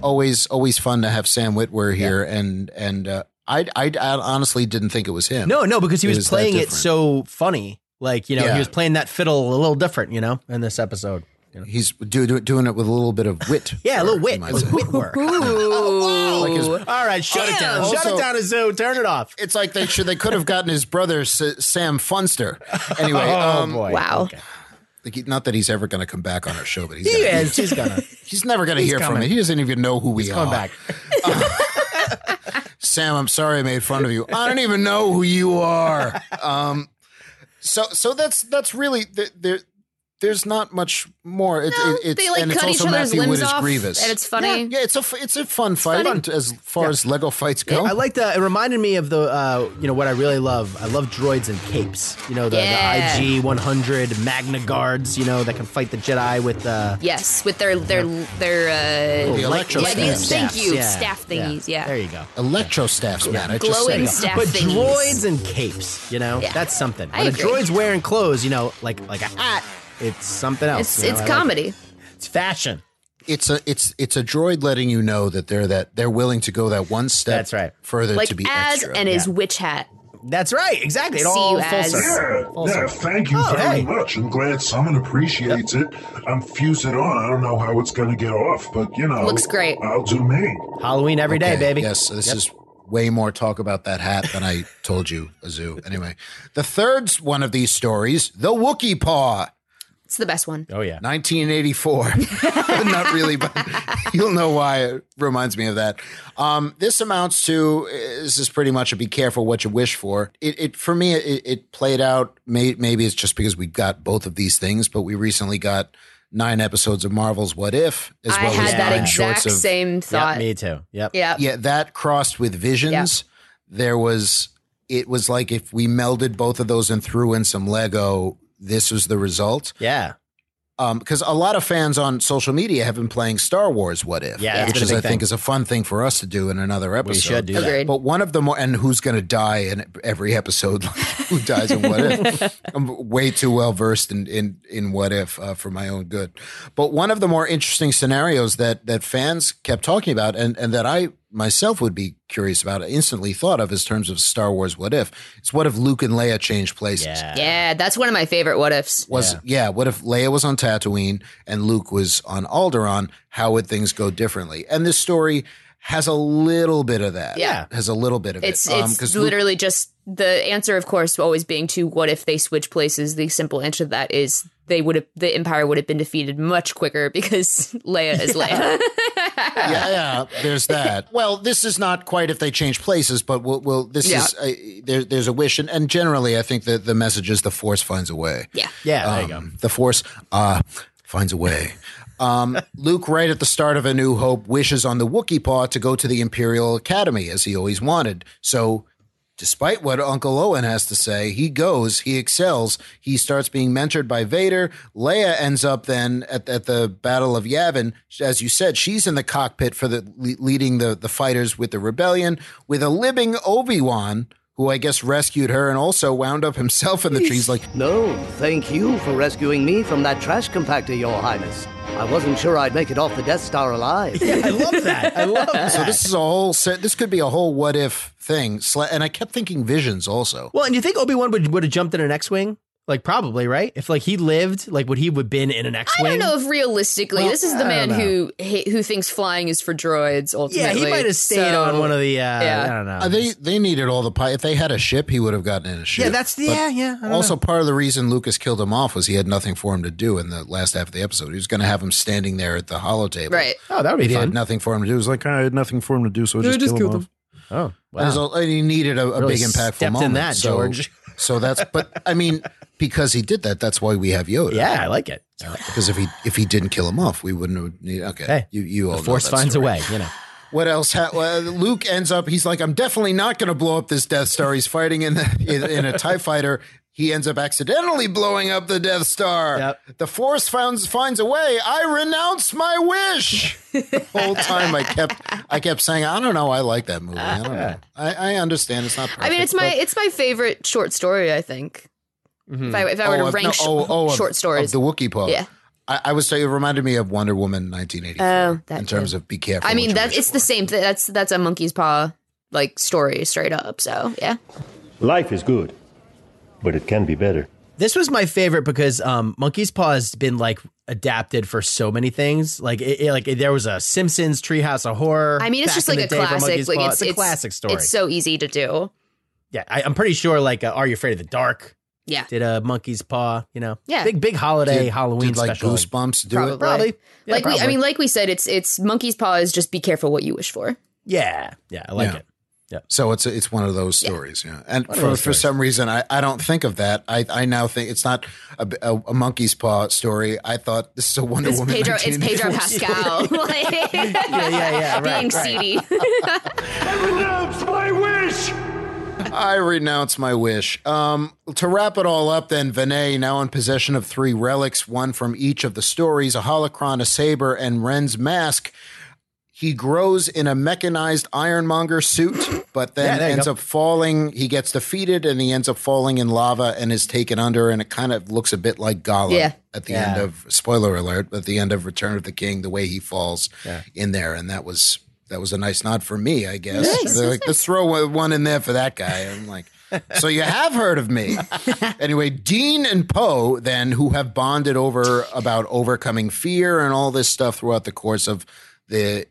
always always fun to have Sam Witwer here, and and uh, I, I I honestly didn't think it was him. No, no, because he It was, that playing it different. so funny. Like, you know, Yeah. he was playing that fiddle a little different, you know, in this episode. He's do, do- doing it with a little bit of wit. Yeah, a little wit. might say. wit work. Like his- All right, shut it down. Also- shut it down, Azu. Turn it off. It's like they should they could have gotten his brother S- Sam Funster. Anyway, Oh, um, boy. Wow. Okay. Like he- not that he's ever going to come back on our show, but he's He gonna, is. He's gonna. He's never going to He's hear from coming. me. He doesn't even know who we He's are. coming back. Sam, I'm sorry I made fun of you. I don't even know who you are. Um, so so that's that's really th- there. There's not much more. It, it, it's, they like and it's cut each also other's Matthew limbs Wood off, is Grievous. and it's funny. Yeah, yeah, it's a f- it's a fun fight funny. on- as far as Lego fights go. I like the. It reminded me of the. Uh, you know what I really love. I love droids and capes. You know the, Yeah. the IG 100 Magna Guards. You know that can fight the Jedi with. Uh, Yes, with their their their uh, The electro yeah, these- staffs. Thank you, Yeah. staff thingies. Yeah. There you go. Electro staffs, man. I just Glowing said it. staff but thingies. droids and capes. You know Yeah. that's something. I When agree. a droid's wearing clothes, you know, like like a hat, it's something else. It's you know? it's Oh, I like it. comedy. It's fashion. It's a it's it's a droid letting you know that they're that they're willing to go that one step That's right. further Like to be as extra. and his witch hat. That's right. Exactly. It all full Yeah, yeah, thank you very much. I'm glad someone appreciates it. I'm fuse it on. I don't know how it's going to get off, but you know, Looks great. I'll do me. Halloween every day, Okay, baby. Yes, so this is way more talk about that hat than I told you, Azu. Anyway, the third one of these stories, the Wookiee Paw. It's the best one. Oh yeah, 1984. Not really, but you'll know why it reminds me of that. Um, this amounts to this is pretty much a be careful what you wish for. It, it for me, it, it played out. May, maybe it's just because we got both of these things, but we recently got nine episodes of Marvel's What If, as I well as had that nine exact shorts of same thought. me too. Yep. Yeah. yeah, that crossed with visions. There was it was like if we melded both of those and threw in some Lego, this was the result. Yeah. Um, because a lot of fans on social media have been playing Star Wars What If, Yeah, that's which been a is big I think thing. is a fun thing for us to do in another episode. should do that. Agreed. But one of the more and who's going to die in every episode? Who dies in What If? I'm way too well versed in in in What If uh, for my own good. But one of the more interesting scenarios that that fans kept talking about and and that I myself would be curious about, I instantly thought of as terms of Star Wars What If. It's what if Luke and Leia changed places? Yeah, that's one of my favorite what ifs. was yeah. what if Leia was on Tatooine and Luke was on Alderaan? How would things go differently? And this story has a little bit of that. Yeah. has a little bit of It's it. Um, it's Luke- literally just the answer, of course, always being to what if they switch places. The simple answer to that is they would have the Empire would have been defeated much quicker because Leia is Leia. yeah, yeah, there's that. Well, this is not quite if they change places, but we'll, we'll this Yeah. is uh, there, there's a wish, and, and generally, I think that the message is the Force finds a way. Yeah, yeah. There you go. Um, the Force uh, finds a way. Um, Luke, right at the start of A New Hope, wishes on the Wookiee Paw to go to the Imperial Academy as he always wanted. So Despite what Uncle Owen has to say, he goes, he excels, he starts being mentored by Vader. Leia ends up then at, at the Battle of Yavin. As you said, she's in the cockpit for the le- leading the, the fighters with the rebellion with a living Obi-Wan who I guess rescued her and also wound up himself in the trees like No, thank you for rescuing me from that trash compactor, Your Highness. I wasn't sure I'd make it off the Death Star alive. I love that. I love that. So this is a whole set. This could be a whole what if thing. Sla- And I kept thinking visions also. Well, and you think Obi Wan would would have jumped in an X wing? Like probably right? If like he lived, like would he have been in an X I wing? don't know if realistically, Well, this is I the man don't know. who who thinks flying is for droids. yeah, Ultimately, he might have stayed So- on one of the. Uh, yeah. I don't know. Uh, they they needed all the pi If they had a ship, he would have gotten in a ship. Yeah, that's the- But yeah, yeah, I don't Also, know. part of the reason Lucas killed him off was he had nothing for him to do in the last half of the episode. He was going to have him standing there at the hollow table. Right. Oh, that would be He fun. had nothing for him to do. He was like, I had nothing for him to do, so I Yeah, just, just killed killed him. Oh, off. And so- and he needed a, a Really big impactful stepped in moment. that, so, George. so that's. But I mean, because he did that, that's why we have Yoda. Yeah, I like it. Because if he if he didn't kill him off, we wouldn't have need. Okay, Hey, you you all the know force that finds story. a way. You know. What else? Ha- well, Luke ends up. He's like, I'm definitely not going to blow up this Death Star. He's fighting in the in, in a Tie Fighter. He ends up accidentally blowing up the Death Star. The Force finds finds a way. I renounce my wish. the whole time I kept I kept saying, I don't know. I like that movie. I don't Uh, know. I, I understand it's not. Perfect, I mean, it's my but- it's my favorite short story. I think Mm-hmm. if I if I were Oh, to of- rank no, sh- oh, oh, of- short stories, of the Wookiee poem. Yeah. I, I would say it reminded me of Wonder Woman 1984 Oh, that in terms too. of be careful. I what mean you that wish it's the same thing. That's that's a monkey's paw like story straight up. So yeah, Life is good, but it can be better. This was my favorite because um, Monkey's Paw has been like adapted for so many things. Like, it, it- like there was a Simpsons Treehouse of Horror. I mean it's back just in like the a day for classic. Monkey's Like Paw. it's, it's, a classic story. It's so easy to do. yeah, I, I'm pretty sure. Like, uh, Are You Afraid of the Dark? Yeah. Did a Monkey's Paw? You know, Yeah. big big holiday Did- Halloween did, like, special. Goosebumps do Probably. Probably. Yeah, like we, I probably. mean, like we said, it's it's monkey's paw is just be careful what you wish for. Yeah, yeah, I like it. Yeah. So it's it's one of those stories, yeah. And One of for, those for stories. some reason, I, I don't think of that. I, I now think it's not a, a, a monkey's paw story. I thought this is a Wonder It's Woman. Pedro, it's Pedro 1984 Pascal. like, yeah, yeah, right, being right. seedy. I renounce my wish! I renounce my wish. Um, to wrap it all up, then, Vinay, now in possession of three relics, one from each of the stories a holocron, a saber, and Ren's mask. He grows in a mechanized ironmonger suit, but Yeah, then there you ends go. up falling. He gets defeated and he ends up falling in lava and is taken under. And it kind of looks a bit like Gollum Yeah. at the Yeah. end of, spoiler alert, at the end of Return of the King, the way he falls in there. And that was. That was a nice nod for me, I guess. Nice. They're like, let's throw one in there for that guy. I'm like, so you have heard of me. anyway, Dean and Poe, then, who have bonded over about overcoming fear and all this stuff throughout the course of the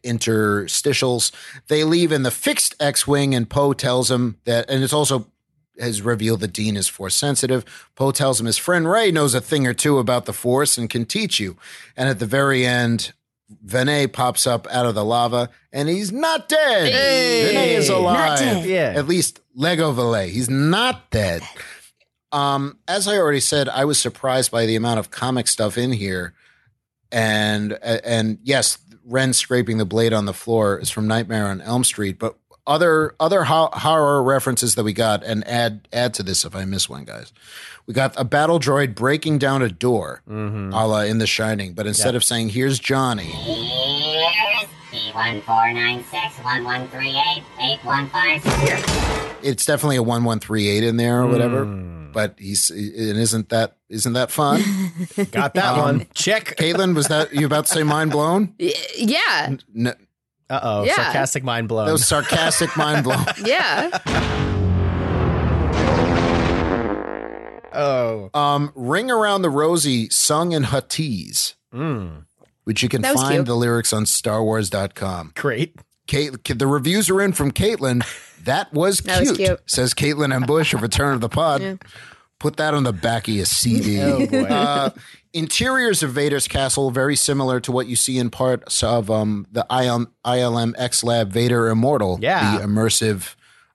interstitials, they leave in the fixed X Wing, and Poe tells him that, and it's also has revealed that Dean is force sensitive. Poe tells him his friend Ray knows a thing or two about the force and can teach you. And at the very end, Vinay pops up out of the lava and he's not dead. Hey. Vinay is Not alive. dead. Yeah. At least Lego Valet. He's not dead. Um, as I already said, I was surprised by the amount of comic stuff in here. And and yes, Ren scraping the blade on the floor is from Nightmare on Elm Street, but other other ho- horror references that we got and add add to this if I miss one, guys. We got a battle droid breaking down a door, a la in The Shining, but instead of saying "Here's Johnny," One four nine six one one three eight eight one five six. it's definitely a one one three eight in there or whatever. But he's and isn't that isn't that fun? Got that Um, one. Check. Caitlin, was that you about to say mind blown? Y- yeah, No, Uh oh. Yeah. Sarcastic mind blown. that was sarcastic mind blown. yeah. Oh. Um, Ring Around the Rosie sung in Huttese, which you can That was find cute. the lyrics on starwars.com. Great. Kate, the reviews are in from Caitlin. That was cute, That was cute. says Caitlin and Bush of Return of the Pod. Yeah. Put that on the back of your CD. Oh, boy. Uh, interiors of Vader's castle very similar to what you see in parts of um, the ILM, ILM X Lab Vader Immortal, Yeah. the immersive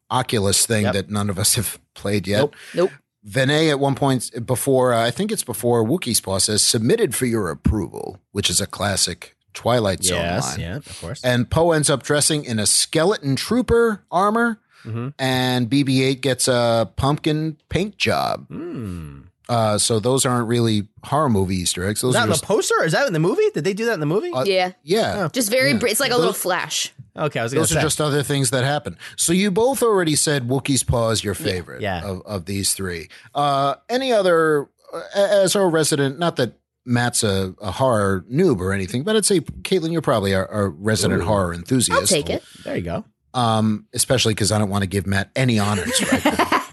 Oculus thing that none of us have played yet. Nope. Vinay at one point before, uh, I think it's before Wookiee's Paw says, submitted for your approval, which is a classic Twilight Zone Yes. line. Yeah. Of course. And Poe ends up dressing in a skeleton trooper armor. Mm-hmm. and BB-8 gets a pumpkin paint job. Hmm. Uh, so those aren't really horror movie Easter eggs. Those Is are that in the Oh, just- poster? Or is that in the movie? Did they do that in the movie? yeah. Uh, yeah. Just very, br- it's like a Those- little flash. Okay, I was gonna Those say. are just other things that happen. So you both already said Wookiee's Paw is your favorite Of, of these three. Uh, any other, uh, as our resident, not that Matt's a, a horror noob or anything, but I'd say, Caitlin, you're probably our, our resident horror enthusiast. I'll take it. There you go. Um, especially because I don't want to give Matt any honors right now.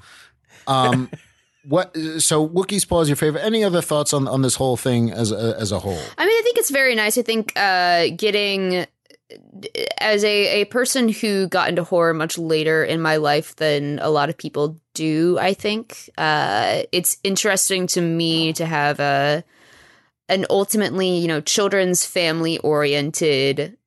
um, what, so Wookiee's Paw is your favorite. Any other thoughts on, on this whole thing as a, as a whole? I mean, I think it's very nice. I think uh, getting as a, a person who got into horror much later in my life than a lot of people do, I think uh, it's interesting to me to have a an ultimately, you know, children's family oriented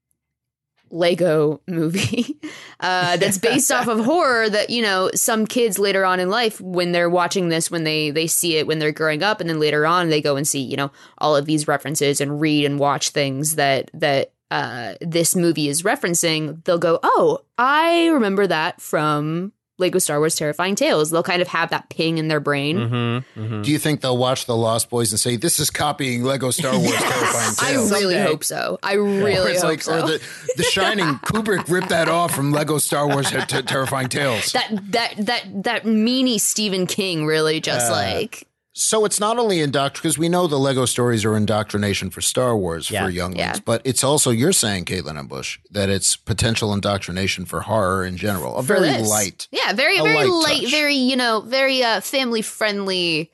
Lego movie uh, that's based off of horror that you know some kids later on in life when they're watching this when they they see it when they're growing up and then later on they go and see you know all of these references and read and watch things that that uh, this movie is referencing they'll go oh I remember that from Lego Star Wars Terrifying Tales they'll kind of have that ping in their brain Mm-hmm. Mm-hmm, Do you think they'll watch The Lost Boys and say, this is copying Lego Star Wars Terrifying I Tales? really hope so I Or really it's hope like- so Or the, the Shining, Kubrick ripped that off from Lego Star Wars Ter- Ter- Terrifying Tales. that that that that meanie Stephen King really just Uh, like So it's not only indoctrination, because we know the Lego stories are indoctrination for Star Wars for younglings, Yeah. but it's also, you're saying, Caitlin and Bush, that it's potential indoctrination for horror in general. A for very this. light. Yeah, very a very light light, very you know, very uh family friendly,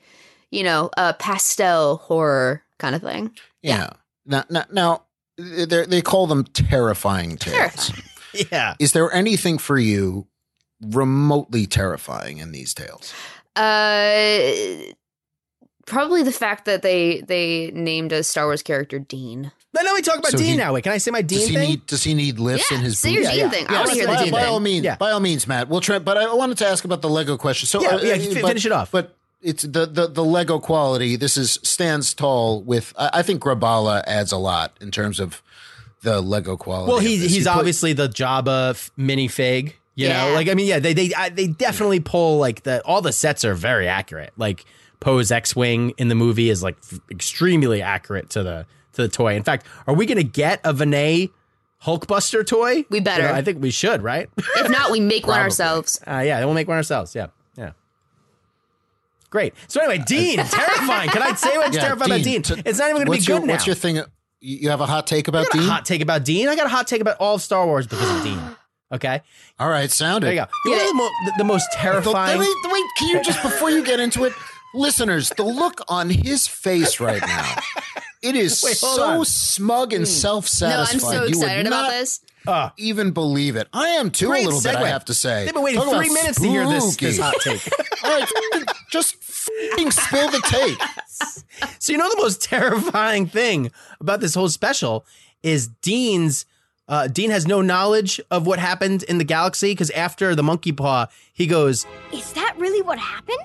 you know, uh pastel horror kind of thing. Yeah. Now, now, now they're- they call them terrifying tales. Terrifying. Yeah. Is there anything for you remotely terrifying in these tales? Uh probably the fact that they they named a Star Wars character Dean. No, no, we talk about So Dean he- now. Wait, can I say my Dean does he thing? need does he need lifts in his say your boots? Dean Yeah, yeah. thing. I wanna hear the by, Dean by thing. all means, by all means, Matt. We'll try. But I wanted to ask about the Lego question. So Yeah, yeah, fi- finish it off. But it's the, the the Lego quality. This is stands tall with. I, I think Grabala adds a lot in terms of the Lego quality. Well, of he, this. he's put- obviously the Jabba f- minifig. You know, Yeah. like I mean, yeah, they they I, they definitely pull like the all the sets are very accurate. Like Poe's X-wing in the movie is like f- extremely accurate to the to the toy. In fact, are we gonna get a Vinay Hulkbuster toy? We better. I think we should, right? If not, we make one Probably. ourselves. Uh, yeah, then we'll make one ourselves. Yeah, yeah. Great. So anyway, Dean, terrifying. Can I say what's Yeah, terrifying about Uh, Dean? Dean. So It's not even going to be what's good your- now. what's your thing? You you have a hot take about I Dean? got a hot take about Dean. I got a hot take about all of Star Wars because of Dean. Okay. All right, sound There it. you go. You know the, mo- the, the most The- terrifying. wait, wait, can you just before you get into it, listeners, the look on his face right now. It is Wait, hold so on. smug Hmm. and No, I'm self-satisfied. so you would excited about not this. even believe it. I am too Great a little bit. segue. I have to say. They've been waiting Talk about three minutes to hear this- this spooky. hot take. All right, just f***ing spill the take. So you know the most terrifying thing about this whole special is Dean's. Uh, Dean has no knowledge of what happened in the galaxy because after the monkey paw, he goes. Is that really what happened?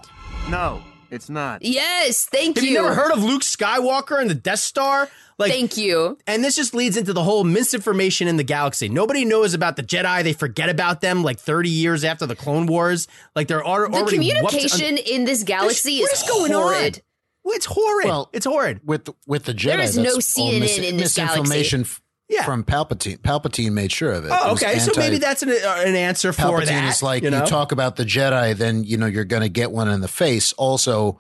No, it's not. Yes, thank Have you. never heard of Luke Skywalker and the Death Star? Like, Thank you. And this just leads into the whole misinformation in the galaxy. Nobody knows about the Jedi. They forget about them like 30 years after the Clone Wars. Like they're al- The already whooped on- communication in this galaxy what is, is going on? horrid. Well, it's horrid. Well, it's horrid. With the, with the Jedi, There is no that's all CNN in this galaxy. misinformation f- Yeah. from Palpatine. Palpatine made sure of it. It Oh, was okay. so anti- maybe that's an, uh, an answer for Palpatine that. is like you you, know? talk about the Jedi, then you know you're going to get one in the face. Also,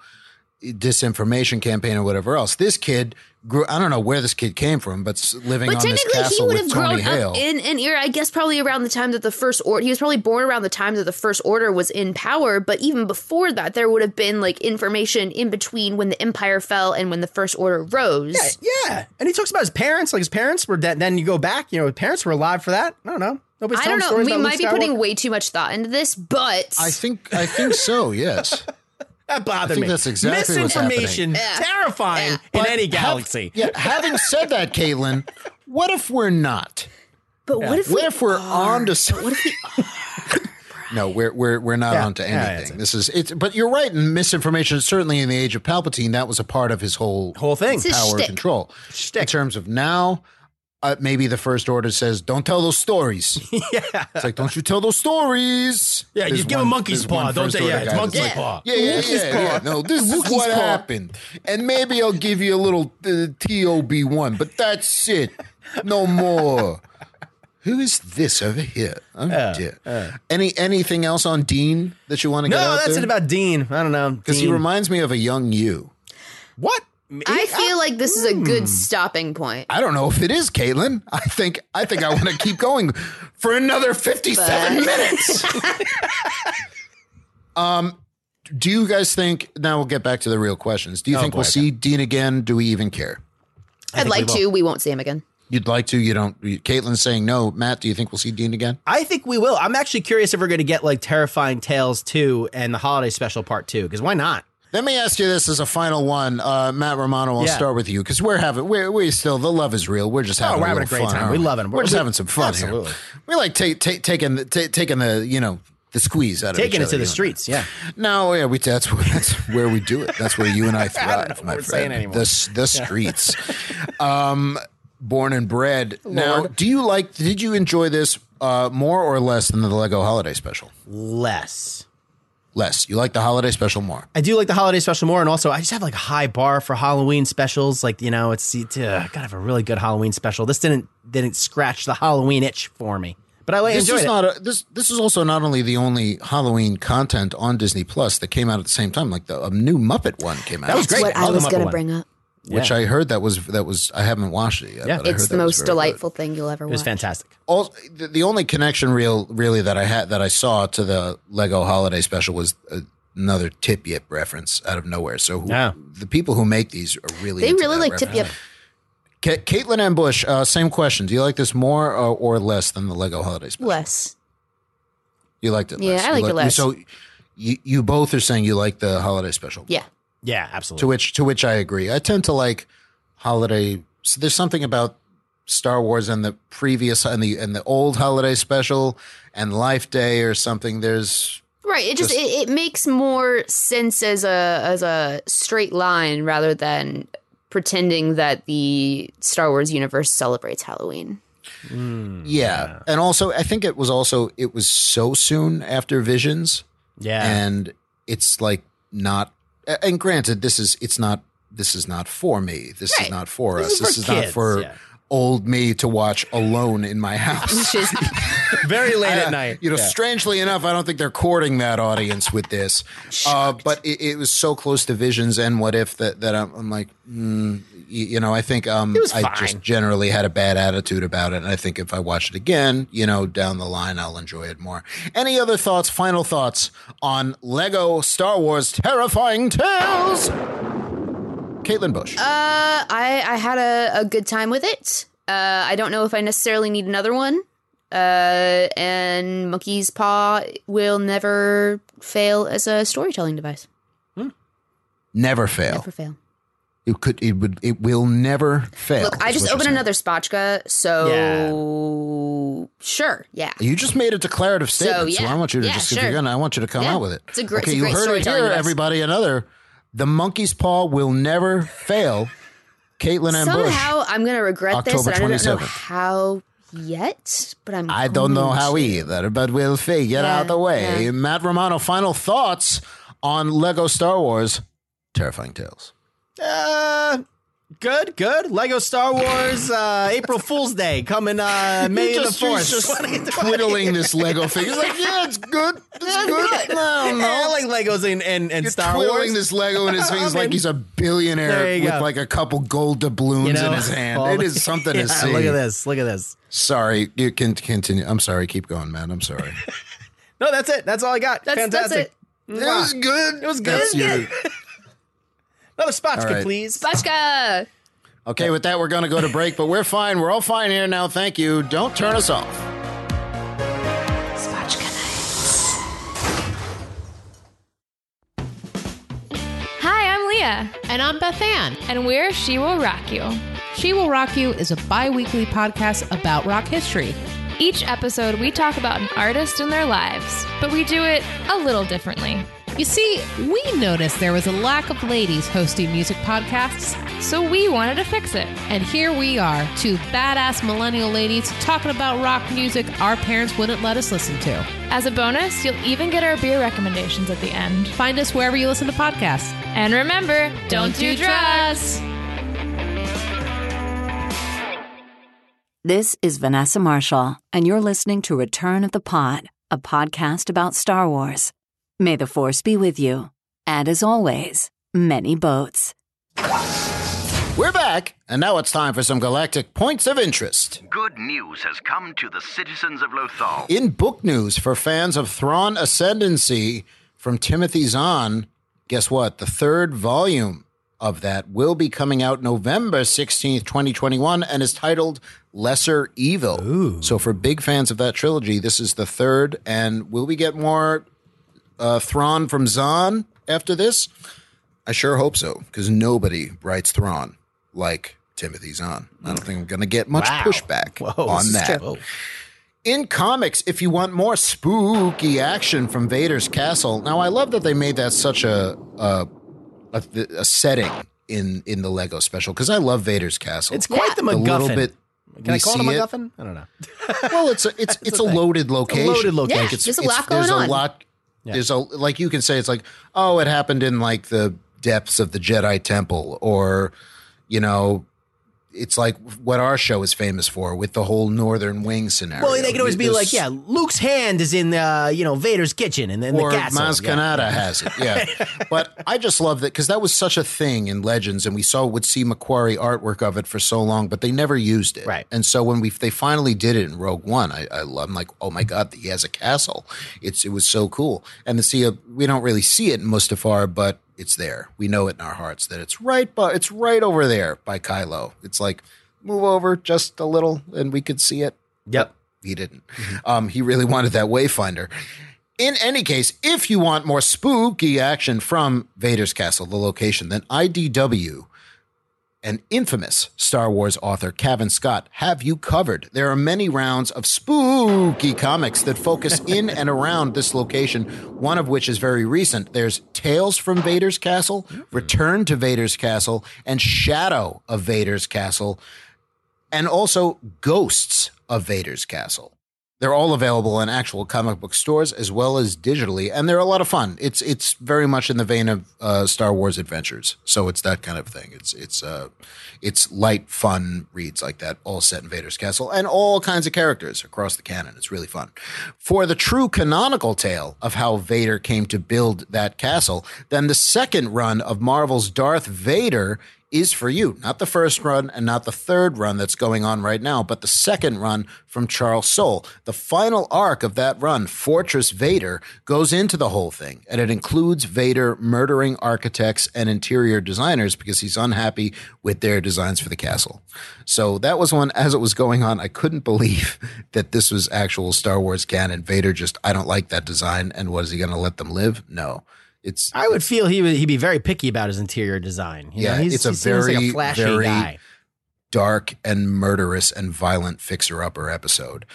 disinformation campaign or whatever else. This kid grew. I don't know where this kid came from, but s- living But on this technically, he castle would with have Tony grown Hale. up in an era, I guess, probably around the time that the First Order, he was probably born around the time that the First Order was in power. But even before that, there would have been like information in between when the Empire fell and when the First Order rose. yeah. And he talks about his parents. Like his parents were dead. Then you go back, you know, his parents were alive for that. I don't know. Nobody's I don't telling know. stories We about might Luke be Skywalker. putting way too much thought into this, but I think. I think so. Yes. That bothered I think me. that's exactly what's happening. Misinformation, terrifying in But any have- galaxy. yeah. Having said that, Caitlin, what if we're not? But what if what we if we're are? on to something? What if we No, we're we're we're not Yeah. onto Yeah, that's anything. this is it's. But you're right. in misinformation, certainly in the age of Palpatine, that was a part of his whole whole thing. It's his power shtick. control. In terms of now, uh, maybe the first order says, "Don't tell those stories." yeah, it's like, "Don't you tell those stories?" Yeah, you There's give a monkey's there's paw, one don't first they? Yeah, order it's guy monkey's that's like, paw. Yeah, yeah, Monkey's yeah, yeah. paw. No, this is Monkey's what paw. happened, and maybe I'll give you a little uh, tob one, but that's it. No more. Who is this over here? Oh, Uh, dear. Any anything else on Dean that you want to No, get out that's there? it about Dean. I don't know because he Dean. reminds me of a young you. What? I feel like this is a good stopping point. uh, hmm. I don't know if it is Caitlin. I think I think I want to keep going for another fifty-seven But- minutes. um, do you guys think? Now we'll get back to the real questions. Do you Oh, think boy, we'll okay. see Dean again? Do we even care? I'd like to. We won't see him again. You'd like to? You don't. Caitlin's saying no. Matt, do you think we'll see Dean again? I think we will. I'm actually curious if we're going to get like Terrifying Tales 2 and the Holiday Special Part 2, because why not? Let me ask you this as a final one, uh, Matt Romano. I'll Yeah. Oh, start with you because we're having we're, we still the love is real. We're just having, we're having little a great fun, time. aren't We love it. We're just We- having some fun Absolutely. here. We like take, take, taking the ta taking the you know the squeeze out Taking it of each other, to the you know. streets, yeah. No, yeah, we that's where, that's where we do it. That's where you and I thrive, my we're saying friend. anymore. The s- the streets, um, born and bred. Now, Lord. do you like? Did you enjoy this uh, more or less than the Lego Holiday Special? Less. Less. You like the Holiday Special more? I do like the holiday special more, and also I just have like a high bar for Halloween specials. Like you know, it's uh, gotta have a really good Halloween special. This didn't didn't scratch the Halloween itch for me, but I like this enjoyed is it. not a, this. This is also not only the only Halloween content on Disney Plus that came out at the same time. Like the a new Muppet one came out. That's what I was going to bring up. which I heard that was that was I haven't watched it yet. but I It's heard the that was most very delightful thing you'll ever It watch. was fantastic. all the, the only connection real really that I had that I saw to the Lego holiday special was uh, another Tip Yip reference out of nowhere. So who, the people who make these are really They into really that like Tip Yip. reference. Ca- Caitlin and Bush, uh, same question. Do you like this more or, or less than the Lego holiday special? Less. You liked it. Yeah, less. I liked You it less. So you you both are saying you like the holiday special. Yeah. Yeah, absolutely. To which to which I agree. I tend to like holiday. So there's something about Star Wars and the previous and the and the old holiday special and Life Day or something. There's Right. It just, Just- it, it makes more sense as a as a straight line rather than pretending that the Star Wars universe celebrates Halloween. yeah. and also I think it was also it was so soon after Visions. Yeah. and it's like not. a- And granted, this is it's not. This is not for me. This is Right. not for us. This is for this is kids, not for yeah. old me to watch alone in my house. Which is very late I- uh, at night. You know, Yeah. strangely enough, I don't think they're courting that audience with this. Uh, but it, it was so close to Visions and What If that, that I'm, I'm like, mm, y- you know, I think um, It was I fine. just generally had a bad attitude about it. And I think if I watch it again, you know, down the line, I'll enjoy it more. Any other thoughts, final thoughts on Lego Star Wars Terrifying Tales? Caitlin Bush. Uh, I I had a, a good time with it. Uh, I don't know if I necessarily need another one. Uh, and Monkey's Paw will never fail as a storytelling device. never fail. Never fail. It could. It would. It will never fail. Look, I is just what you're opened saying. another spotchka, so sure, yeah. You just made a declarative So, statement, so, yeah. I want you to Yeah, just if sure. you're gonna, I want you to come Yeah. out with it. It's a gr- Okay, it's a you great heard it storytelling here, device. everybody. Another, the monkey's paw will never fail. Caitlin and Somehow Bush. I'm gonna regret this, October and I don't know 27th. how yet, but I'm. I don't know going how to. either, but we'll figure Yeah, out the way. yeah. Matt Romano, final thoughts on Lego Star Wars: Terrifying Tales. Uh, good, good. Lego Star Wars uh, April Fool's Day coming uh, May You the fourth. he's just twiddling this Lego figure. He's like, yeah, it's good. It's good. I don't know. I like Legos and and, and You're Star twiddling Wars. this Lego in his I'm face like in. he's a billionaire There you with go. like a couple gold doubloons You know? in his hand. All it the- is something Yeah, to see. Look at this. Look at this. Sorry, you can continue. I'm sorry. Keep going, man. I'm sorry. No, that's it. That's all I got. That's- that's Fantastic. it. It was good. It was good. That's you. Another spotchka, All right. please. Spotchka. Okay, with that, we're going to go to break, but we're fine. We're all fine here now. Thank you. Don't turn us off. Hi, I'm Leah. And I'm Beth Ann. And we're She Will Rock You. She Will Rock You is a bi weekly podcast about rock history. Each episode, we talk about an artist and their lives, but we do it a little differently. You see, we noticed there was a lack of ladies hosting music podcasts, so we wanted to fix it. And here we are, two badass millennial ladies talking about rock music our parents wouldn't let us listen to. As a bonus, you'll even get our beer recommendations at the end. Find us wherever you listen to podcasts. And remember, don't, do drugs. This is Vanessa Marshall, and you're listening to Return of the Pod, a podcast about Star Wars. May the Force be with you. And as always, many boats. We're back, and now it's time for some galactic points of interest. Good news has come to the citizens of Lothal. In book news for fans of Thrawn Ascendancy from Timothy Zahn, guess what? The third volume of that will be coming out November 16th, 2021, and is titled Lesser Evil. So, for big fans of that trilogy, this is the third, and will we get more uh, Thrawn from Zahn after this? I sure hope so, because nobody writes Thrawn like Timothy Zahn. I don't think I'm going to get much Wow. pushback Whoa, on this is that. true. Whoa. In comics, if you want more spooky action from Vader's castle, now I love that they made that such a a, a, a setting in in the Lego special because I love Vader's castle. It's quite the A little MacGuffin. bit. Can I we call it a see MacGuffin? I don't know. well, it's a it's it's, a, thing. loaded location. loaded location. Like, There's a lot there's going a on. lot. There's a like you can say it's like oh it happened in like the depths of the Jedi Temple or you know it's like what our show is famous for with the whole Northern Wing scenario. Well, they could always be There's- like, yeah, Luke's hand is in uh, you know Vader's kitchen, and then or the castle. Maz Kanata has it. Yeah, but I just love that because that was such a thing in Legends, and we saw would see Macquarie artwork of it for so long, but they never used it. Right. And so when we they finally did it in Rogue One, I, I love, I'm like, oh my god, he has a castle. It's it was so cool, and to see a we don't really see it in Mustafar, but it's there. We know it in our hearts that it's right, but it's right over there by Kylo. It's like move over just a little, and we could see it. Yep. He didn't. Um, he really wanted that wayfinder. In any case, if you want more spooky action from Vader's Castle, the location, then IDW and infamous Star Wars author Kevin Scott have you covered. There are many rounds of spooky comics that focus in and around this location, one of which is very recent. There's Tales from Vader's Castle, Return to Vader's Castle, and Shadow of Vader's Castle, and also Ghosts of Vader's Castle. They're all available in actual comic book stores as well as digitally, and they're a lot of fun. It's it's very much in the vein of uh, Star Wars adventures, so it's that kind of thing. It's it's uh, it's light, fun reads like that, all set in Vader's castle, and all kinds of characters across the canon. It's really fun. For the true canonical tale of how Vader came to build that castle, then the second run of Marvel's Darth Vader is for you. Not the first run and not the third run that's going on right now, but the second run from Charles Soule. The final arc of that run, Fortress Vader, goes into the whole thing, and it includes Vader murdering architects and interior designers because he's unhappy with their designs for the castle. So that was one as it was going on, I couldn't believe that this was actual Star Wars canon. Vader just I don't like that design and what is he going to let them live? No. It's I would feel he would he'd be very picky about his interior design. You know, yeah, he's, it's a he seems very, like a flashy very guy. dark and murderous and violent fixer-upper episode.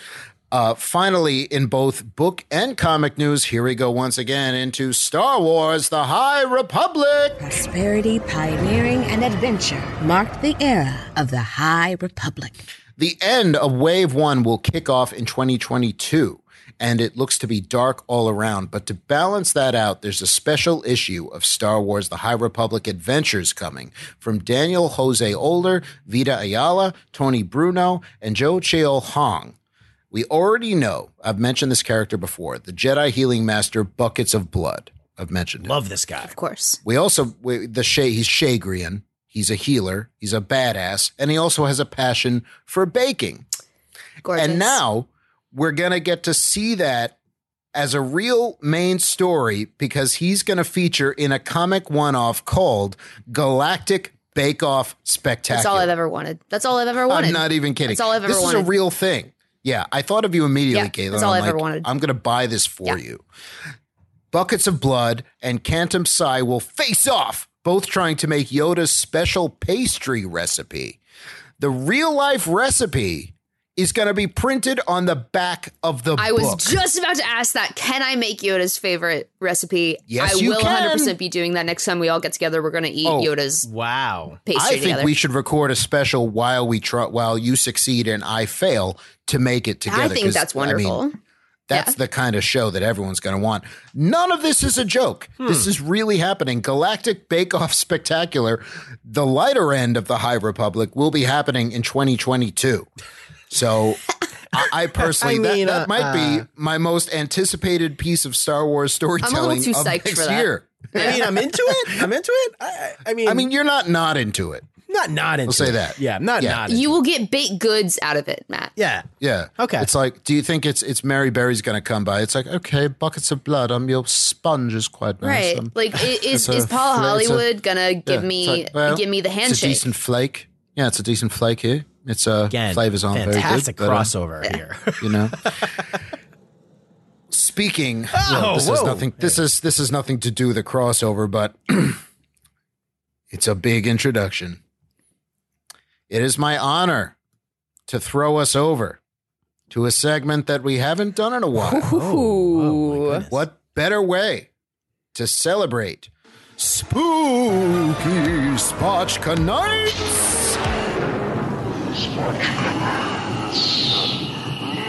Uh, finally, in both book and comic news, here we go once again into Star Wars: The High Republic. Prosperity, pioneering, and adventure marked the era of the High Republic. The end of Wave One will kick off in 2022, and it looks to be dark all around. But to balance that out, there's a special issue of Star Wars The High Republic Adventures coming from Daniel Jose Older, Vita Ayala, Tony Bruno, and Joe Cheo Hong. We already know, I've mentioned this character before, the Jedi Healing Master Buckets of Blood. I've mentioned Love this guy. Of course. We also, we, the Shay, he's Shagrian. He's a healer. He's a badass. And he also has a passion for baking. And now we're going to get to see that as a real main story because he's going to feature in a comic one off called Galactic Bake Off Spectacular. That's all I've ever wanted. That's all I've ever wanted. I'm not even kidding. That's all I've ever this wanted. is a real thing. Yeah, I thought of you immediately, Yeah, Caitlin. that's all I'm I've ever like, wanted. I'm going to buy this for you. Buckets of Blood and Cantum Psi will face off, both trying to make Yoda's special pastry recipe. The real life recipe is going to be printed on the back of the I was book. just about to ask that. Can I make Yoda's favorite recipe? Yes, I you will can. 100% be doing that next time we all get together. We're going to eat Oh, Yoda's. Wow. Pastry I think together. we should record a special while we try, while you succeed and I fail to make it together. I think 'cause, that's I mean, wonderful. That's the kind of show that everyone's going to want. None of this is a joke. This Hmm. is really happening. Galactic Bake Off Spectacular, the lighter end of the High Republic, will be happening in 2022. So, I, I personally, I mean, that, that uh, might uh, be my most anticipated piece of Star Wars storytelling too of psyched next for that. year. I mean, I'm into it. I'm into it. I, I mean, I mean, you're not not into it. Not not into. We'll say it. that. Yeah, I'm not Yeah. not. You will get baked goods out of it, Matt. Yeah. Yeah. Okay. It's like, do you think it's it's Mary Berry's going to come by? It's like, okay, buckets of blood. Um, your sponge is quite nice. Right. Um, Like i- is it's a is Paul fla- it's a- Hollywood gonna yeah, give it's me like, well, give me the It's a handshake? decent flake. Yeah, it's a decent flake here. It's uh, Again, flavors aren't very good. fantastic but, uh, crossover here. you know. Speaking, well, this is whoa. nothing. This is this is nothing to do with a crossover, but it's a big introduction. It is my honor to throw us over to a segment that we haven't done in a while. what better way to celebrate Spooky Spotchka Nights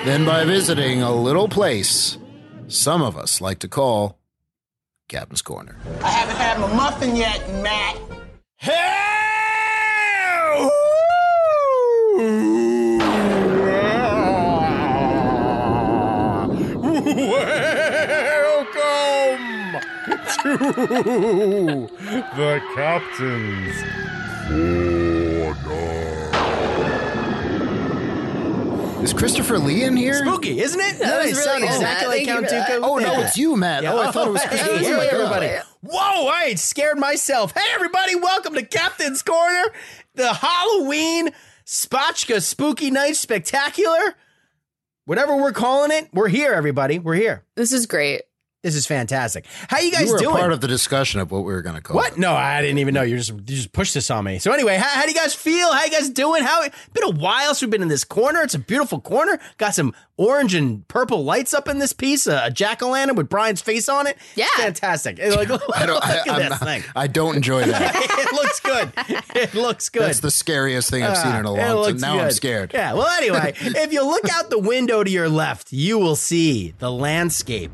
than by visiting a little place some of us like to call Captain's Corner. I haven't had my muffin yet, Matt. Welcome to the captain's Is Christopher Lee in here? Spooky, isn't it? That No, was you really sound good, exactly Matt. like Thank you Count for Dooku. that. Oh, no, Yeah. it's you, Matt. Oh, I thought it was Christopher Lee. Hey, Oh, my God. everybody. Whoa, I ain't scared myself. Hey, everybody, welcome to Captain's Corner, the Halloween Spotchka Spooky Night Spectacular. Whatever we're calling it, we're here, everybody. We're here. This is great. This is fantastic. How you guys were a doing? part of the discussion of what we were going to call What? No, I didn't even know. You just you just pushed this on me. So anyway, how, how do you guys feel? How you guys doing? How been a while since we've been in this corner. It's a beautiful corner. Got some orange and purple lights up in this piece. A, jack o' lantern with Brian's face on it. Yeah, fantastic. It's Like, look I don't, I, at I'm this not- thing. I don't enjoy that. it looks good. It looks good. That's the scariest thing I've seen in a Ah, long it time. looks Now I'm good. scared. Yeah. Well, anyway, if you look out the window to your left, you will see the landscape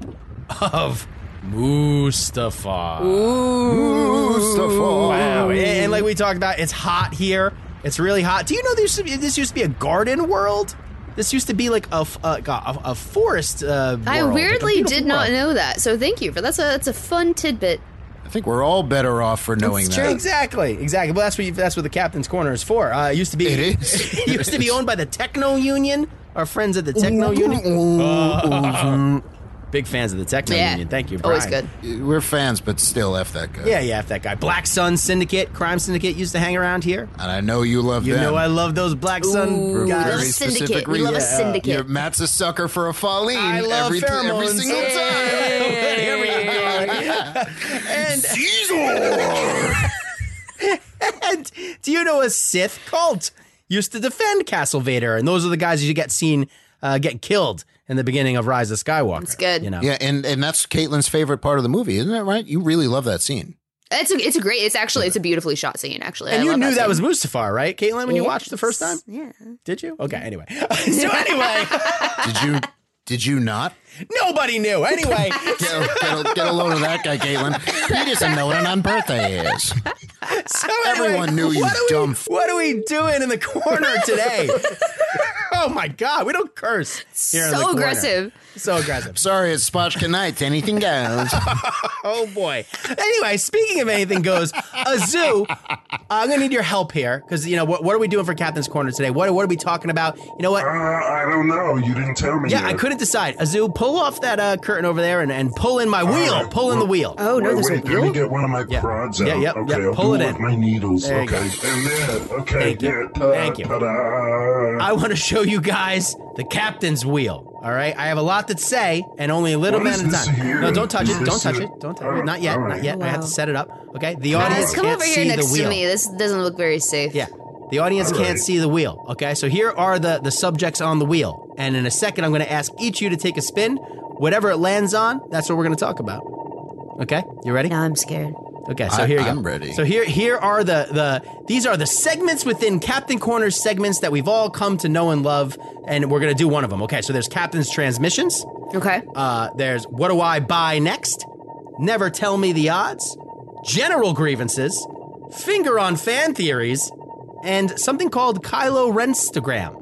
of Mustafa. Mustafa. Wow. Oh, And, and like we talked about, it's hot here. It's really hot. Do you know this? This used to be a garden world. This used to be like a f- a, a, a forest. Uh, I world, like a weirdly beautiful did not world. know that. So thank you for that's a that's a fun tidbit. I think we're all better off for knowing It's that. true. Exactly, exactly. Well, that's what you, that's what the captain's corner is for. Uh, it used to be it is. used to be owned by the Techno Union. Our friends at the Techno Union. Uh, big fans of the Techno Yeah. Union. Thank you. Brian. Always good. We're fans, but still f that guy. Yeah, yeah, if that guy. Black Sun Syndicate, Crime Syndicate used to hang around here. And I know you love You them. know I love those Black Sun For guys. very specific reasons. You're- Matt's a sucker for a Faline I love every, every pheromones. single time. Hey. Here we go. and and do you know a Sith cult used to defend Castle Vader? And those are the guys you get seen uh, get killed in the beginning of Rise of Skywalker. It's good. You know. Yeah, and, and that's Caitlin's favorite part of the movie, isn't it, right? You really love that scene. It's a it's a great it's actually it's a beautifully shot scene actually. And I you love knew that, scene. was Mustafar, right, Caitlin, when you watched the first time? Yeah. Did you? Okay, anyway. so anyway, Did you did you not? nobody knew. Anyway. Get a, get a- get a load of that guy, Caitlin. He doesn't know what an on birthday is. So Everyone knew you what are we- dumb f- what are we doing in the corner today? oh my god, we don't curse. Here in the So corner. aggressive. So aggressive. Sorry, it's Spotchka Nights. Anything goes. Oh boy. Anyway, speaking of anything goes, a zoo. I'm gonna need your help here because you know what? What are we doing for Captain's Corner today? What, what are we talking about? You know what? Uh, I don't know. You didn't tell me. Yeah, yet. I couldn't decide. Azu, pull off that uh, curtain over there and, and pull in my wheel. Pull in the wheel. Oh, wait, wait, let me get one of my prods out. Yeah, yep, okay, yep, I'll pull do it with in. My needles. There you okay, go. and then okay, Thank you. yeah, ta- Thank you. ta-da. I want to show you guys the captain's wheel. All right, I have a lot to say and only a little What amount is of this time. here? No, don't touch Is it. Don't this touch a- it. Don't touch all it. right, Not yet. all right. Not yet. I have to set it up. Okay, the Guys, audience come can't over here see next the wheel. to me. This doesn't look very safe. Yeah. The audience All can't right. see the wheel. Okay, so here are the the subjects on the wheel, and in a second, I'm going to ask each of you to take a spin. Whatever it lands on, that's what we're going to talk about. Okay, you ready? Now I'm scared. Okay, so I- here you go. I'm ready. So here here are the the these are the segments within Captain Corner's segments that we've all come to know and love, and we're going to do one of them. Okay, so there's Captain's Transmissions. Okay. Uh, there's What Do I Buy Next? Never Tell Me the Odds. General Grievances. Finger on Fan Theories. And something called Kylo Renstagram.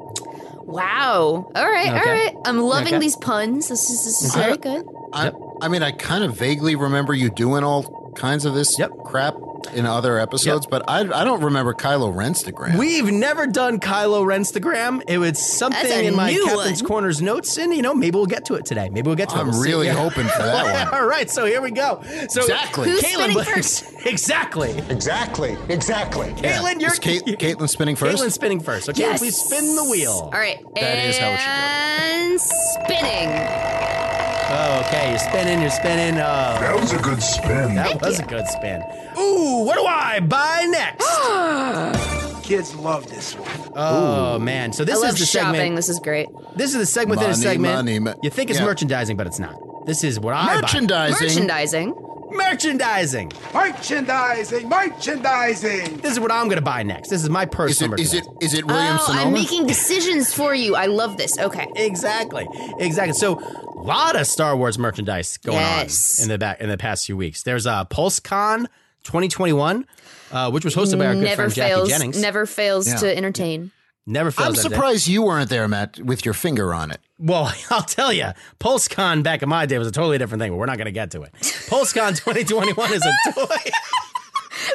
Wow. All right. Okay. All right. I'm loving Okay. these puns. This is, this is Okay. very good. I, I mean, I kind of vaguely remember you doing all kinds of this crap in other episodes, but I, I don't remember Kylo Renstagram. We've never done Kylo Renstagram. It was something That's a in my new Captain's Corner's notes, and you know, maybe we'll get to it today. Maybe we'll get to it. I'm We'll see. really Yeah. hoping for that one. All right, so here we go. So Exactly. Who's spinning first? exactly. Exactly. Exactly. Caitlin, you're- Is Kate, Caitlin spinning first? Caitlin's spinning first. Okay, Yes. please spin the wheel. All right. That is how it should And spinning. Oh, okay, you're spinning, you're spinning. Oh. That was a good spin. That was a good spin. Ooh, what do I buy next? Kids love this one. Oh man! So this I is love the shopping. segment. This is great. This is the segment within a Money, segment. money, mo- you think it's yeah. merchandising, but it's not. This is what I buy. Merchandising. Merchandising. Merchandising. Merchandising, merchandising. This is what I'm going to buy next. This is my personal. Is it- merchandise. is it oh, I'm making decisions for you. I love this. Okay. Exactly. Exactly. So, a lot of Star Wars merchandise going Yes. on in the back in the past few weeks. There's uh, PulseCon 2021, uh, which was hosted by our good never friend fails. Jackie Jennings. Never fails Yeah. to entertain. Never fails. I'm that- surprised you weren't there, Matt, with your finger on it. Well, I'll tell you, PulseCon back in my day was a totally different thing, but we're not going to get to it. PulseCon 2021 is a toy.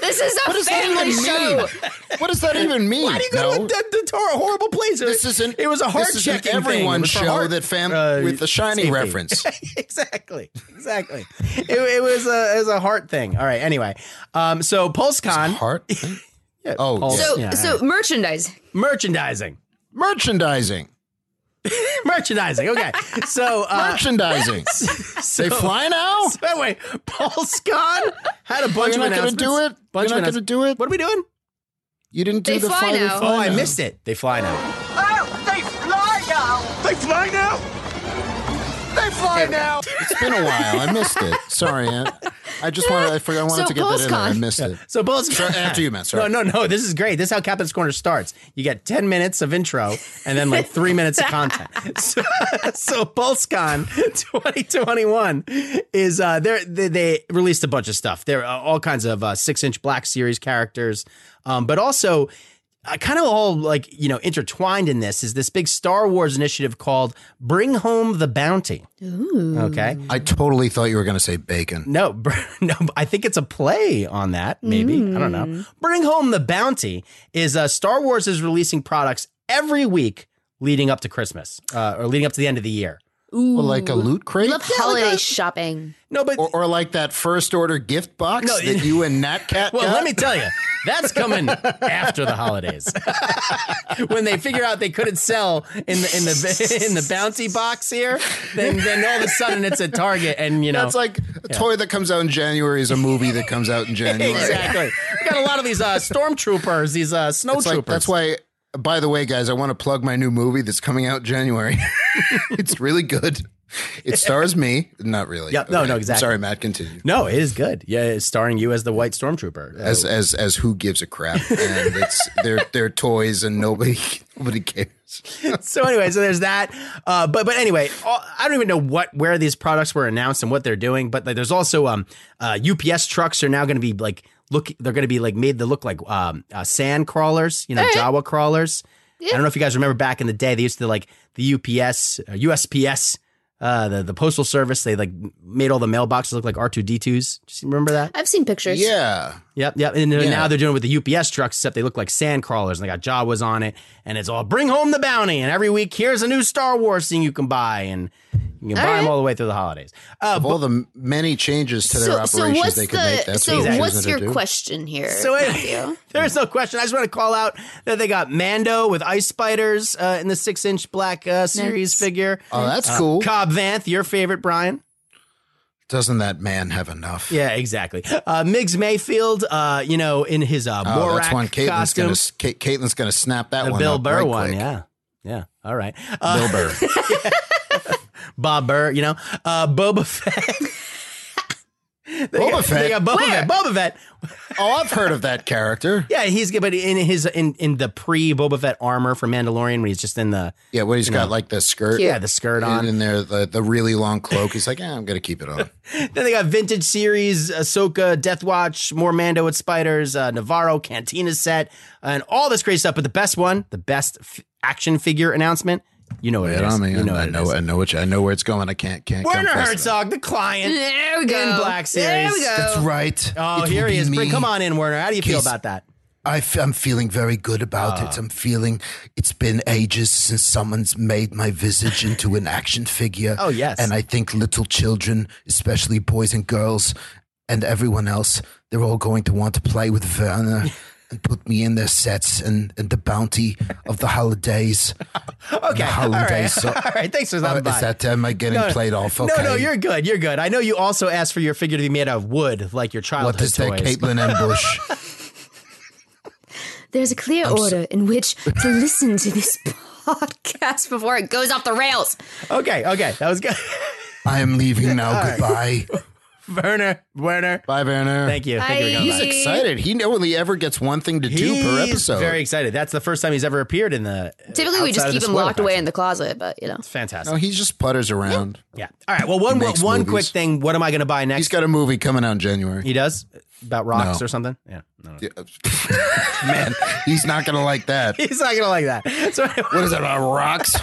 This is a What does that family even show. mean? What does that even mean? Why do you go to No. a d- d- to a horrible place? This isn't. It was a heart this is an checking Everyone thing. It was for show heart- that fam uh, with the shiny safety. reference. exactly. Exactly. it, it was a it was a heart thing. All right. Anyway, um, so PulseCon heart. yeah, Oh, Pulse- So yeah, so all right. merchandise. merchandising, merchandising, merchandising. Okay, so uh, merchandising. so- They fly now? So anyway, PulseCon had a bunch you're of not gonna do announcements. it? Bunch You're of not gonna announce- do it? What are we doing? You didn't do They the fly fly. they now. fly Oh, I now. missed it. They fly now. Oh, they fly now. They fly now? They fly now. It's been a while. I missed it. Sorry, Aunt. I just wanted. I forgot. I wanted So to get that in there. I PulseCon. missed it. So PulseCon. So after you, Matt. Sorry. No, no, no. This is great. This is how Captain's Corner starts. You get 10 minutes of intro and then like three minutes of content. So, so PulseCon 2021 is, uh, they're, they, they released a bunch of stuff. There are all kinds of uh, six inch black series characters, um, but also. Uh, kind of all like you know intertwined in this is this big Star Wars initiative called Bring Home the Bounty. Okay, I totally thought you were going to say bacon. no, br- no. I think it's a play on that. Maybe I don't know. Bring home the bounty is uh, Star Wars is releasing products every week leading up to Christmas uh, or leading up to the end of the year. Ooh. Well, like uh, a loot I crate, love holiday shopping. No, but or, or like that first order gift box No, that you and Nat Cat. well, got? let me tell you, that's coming after the holidays when they figure out they couldn't sell in the in the in the bounty box here. Then then all of a sudden it's at Target and you know That's like a toy that comes out in January is a movie that comes out in January. exactly. We got a lot of these uh, stormtroopers, these uh, It's like- snowtroopers. that's why. By the way, guys, I want to plug my new movie that's coming out January. it's really good. It stars me. Not really. Yep, no, no, I'm exactly. Sorry, Matt. Continue. No, it is good. Yeah, it's starring you as the white stormtrooper. Uh, As as as who gives a crap? And it's they're they're toys and nobody nobody cares. so anyway, so there's that. Uh, but but anyway, all, I don't even know what where these products were announced and what they're doing. But like, there's also um, uh, UPS trucks are now going to be like look. They're going to be like made to look like um, uh, sand crawlers, you know, Jawa crawlers. I don't know if you guys remember back in the day, they used to like the UPS, uh, USPS. Uh, the, the postal service they like made all the mailboxes look like r2d2s just remember that I've seen pictures. Yeah. Yep, yep. And then Yeah. now they're doing it with the UPS trucks, except they look like sand crawlers and they got Jawas on it. And it's all bring home the bounty. And every week, here's a new Star Wars thing you can buy. And you can buy right. them all the way through the holidays. Uh, Of all the many changes to their operations they could make, that's so what they're what's choosing to your do. question here? so Matthew? anyway, there's no question. I just want to call out that they got Mando with ice spiders uh, in the six inch black uh, Nice. series figure. Oh, that's Uh, cool. Cobb Vanth, your favorite, Brian. Doesn't that man have enough? Yeah, exactly. Uh, Miggs Mayfield, uh, you know, in his uh, Oh, Borat that's one Caitlin's costume. gonna, Ca- Caitlin's gonna snap that The one. Bill up Burr right one, quick. yeah, yeah. All right, uh, Bill Burr. Bob Burr, you know, uh, Boba Fett. They Boba got- Fett? They got Boba Where? Fett. Boba Fett. oh, I've heard of that character. Yeah, he's good, but in his in, in the pre Boba Fett armor from Mandalorian, when he's just in the yeah, when he's you got know. like the skirt. Yeah, the skirt on. and in there, the the really long cloak. He's like, yeah, I'm gonna keep it on. Then they got vintage series, Ahsoka, Death Watch, more Mando with spiders, uh, Navarro, Cantina set, and all this great stuff. But the best one, the best f- action figure announcement, you know what Yeah, it is. I mean, you know I what know, it is. I know which, I know where it's going. I can't, can't. come Werner fast Herzog, the client. There we go. In Black Series. There we go. That's right. Oh, It here will he be is. Bring- me. Come on in, Werner. How do you feel Case- about that? I f- I'm feeling very good about Ah. it. I'm feeling it's been ages since someone's made my visage into an action figure. Oh, yes. And I think little children, especially boys and girls, and everyone else, they're all going to want to play with Werner and put me in their sets and, and the bounty of the holidays. Okay. All right. so- all right. Thanks for Uh, stopping by. is that am I getting No, no. played off? No, Okay. no, you're good. You're good. I know you also asked for your figure to be made out of wood, like your childhood What is that, toys. Caitlin and Bush? There's a clear I'm so- order in which to listen to this podcast before it goes off the rails. okay, okay, that was good. I am leaving now. All right. Goodbye. Werner, Werner. Bye, Werner. Thank you. Thank you Bye. for coming He's by. excited. He only ever gets one thing to do per He's episode. Very excited. That's the first time he's ever appeared in the. uh, Typically, we outside just of keep the him spoiler locked pack. away in the closet, but you know. It's fantastic. no, he just putters around. yeah. All right. Well, one one makes Oh. movies. quick thing. What am I going to buy He's next? got a movie coming out in January. he does about rocks No. or something. Yeah. No, no. Yeah. Man, he's not gonna like that. He's not going to like that. So anyway, What is it about rocks?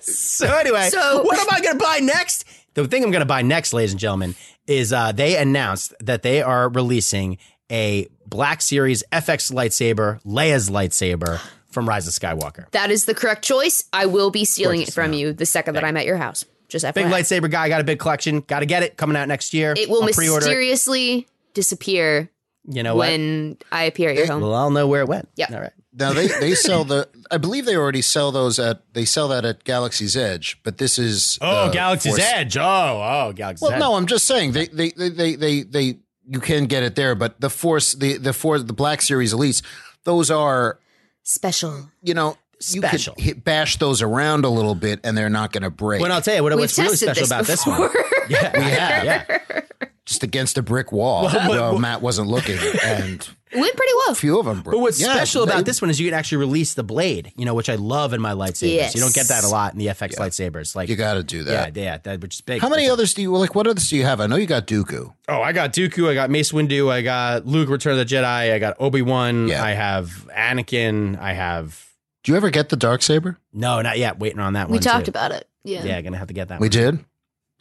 so anyway, So- what am I going to buy next? The thing I'm going to buy next, ladies and gentlemen, is uh, they announced that they are releasing a Black Series FX lightsaber, Leia's lightsaber from Rise of Skywalker. That is the correct choice. I will be stealing it Gorgeous. from you the second that I'm at your house. Just FYI. Big lightsaber guy, got a big collection. Got to get it. Coming out next year. It will I'll pre-order it. mysteriously disappear You know what? when I appear at your home. Well, I'll know where it went. Yep. All right. now they, they sell the. I believe they already sell those at. They sell that at Galaxy's Edge, but this is. Oh, uh, Galaxy's for- Edge. Oh, oh, Galaxy's Well, Edge. no, I'm just saying they they they they they, they you can get it there, but the force the the force the Black Series elites, those are Special. you know Special. you could hit, bash those around a little bit and they're not going to break. Well, I'll tell you what. We've What's really tested special this about this before. one? Yeah, we have. Yeah. just against a brick wall. Well, Well, but- Matt wasn't looking, and It went pretty well. a few of them. Broke. But what's Yeah, special they- about this one is you can actually release the blade. You know, which I love in my lightsabers. You don't get that a lot in the FX lightsabers. Like You got to do Yeah, that. yeah, that which is big. How many It's- others do you like? What others do you have? I know you got Dooku. Oh, I got Dooku. I got Mace Windu. I got Luke, Return of the Jedi. I got Obi Wan. Yeah. I have Anakin. I have Do you ever get the dark saber? no, not yet. Waiting on that we one. talked too. about it. Yeah. Yeah, gonna have to get that. We one. did.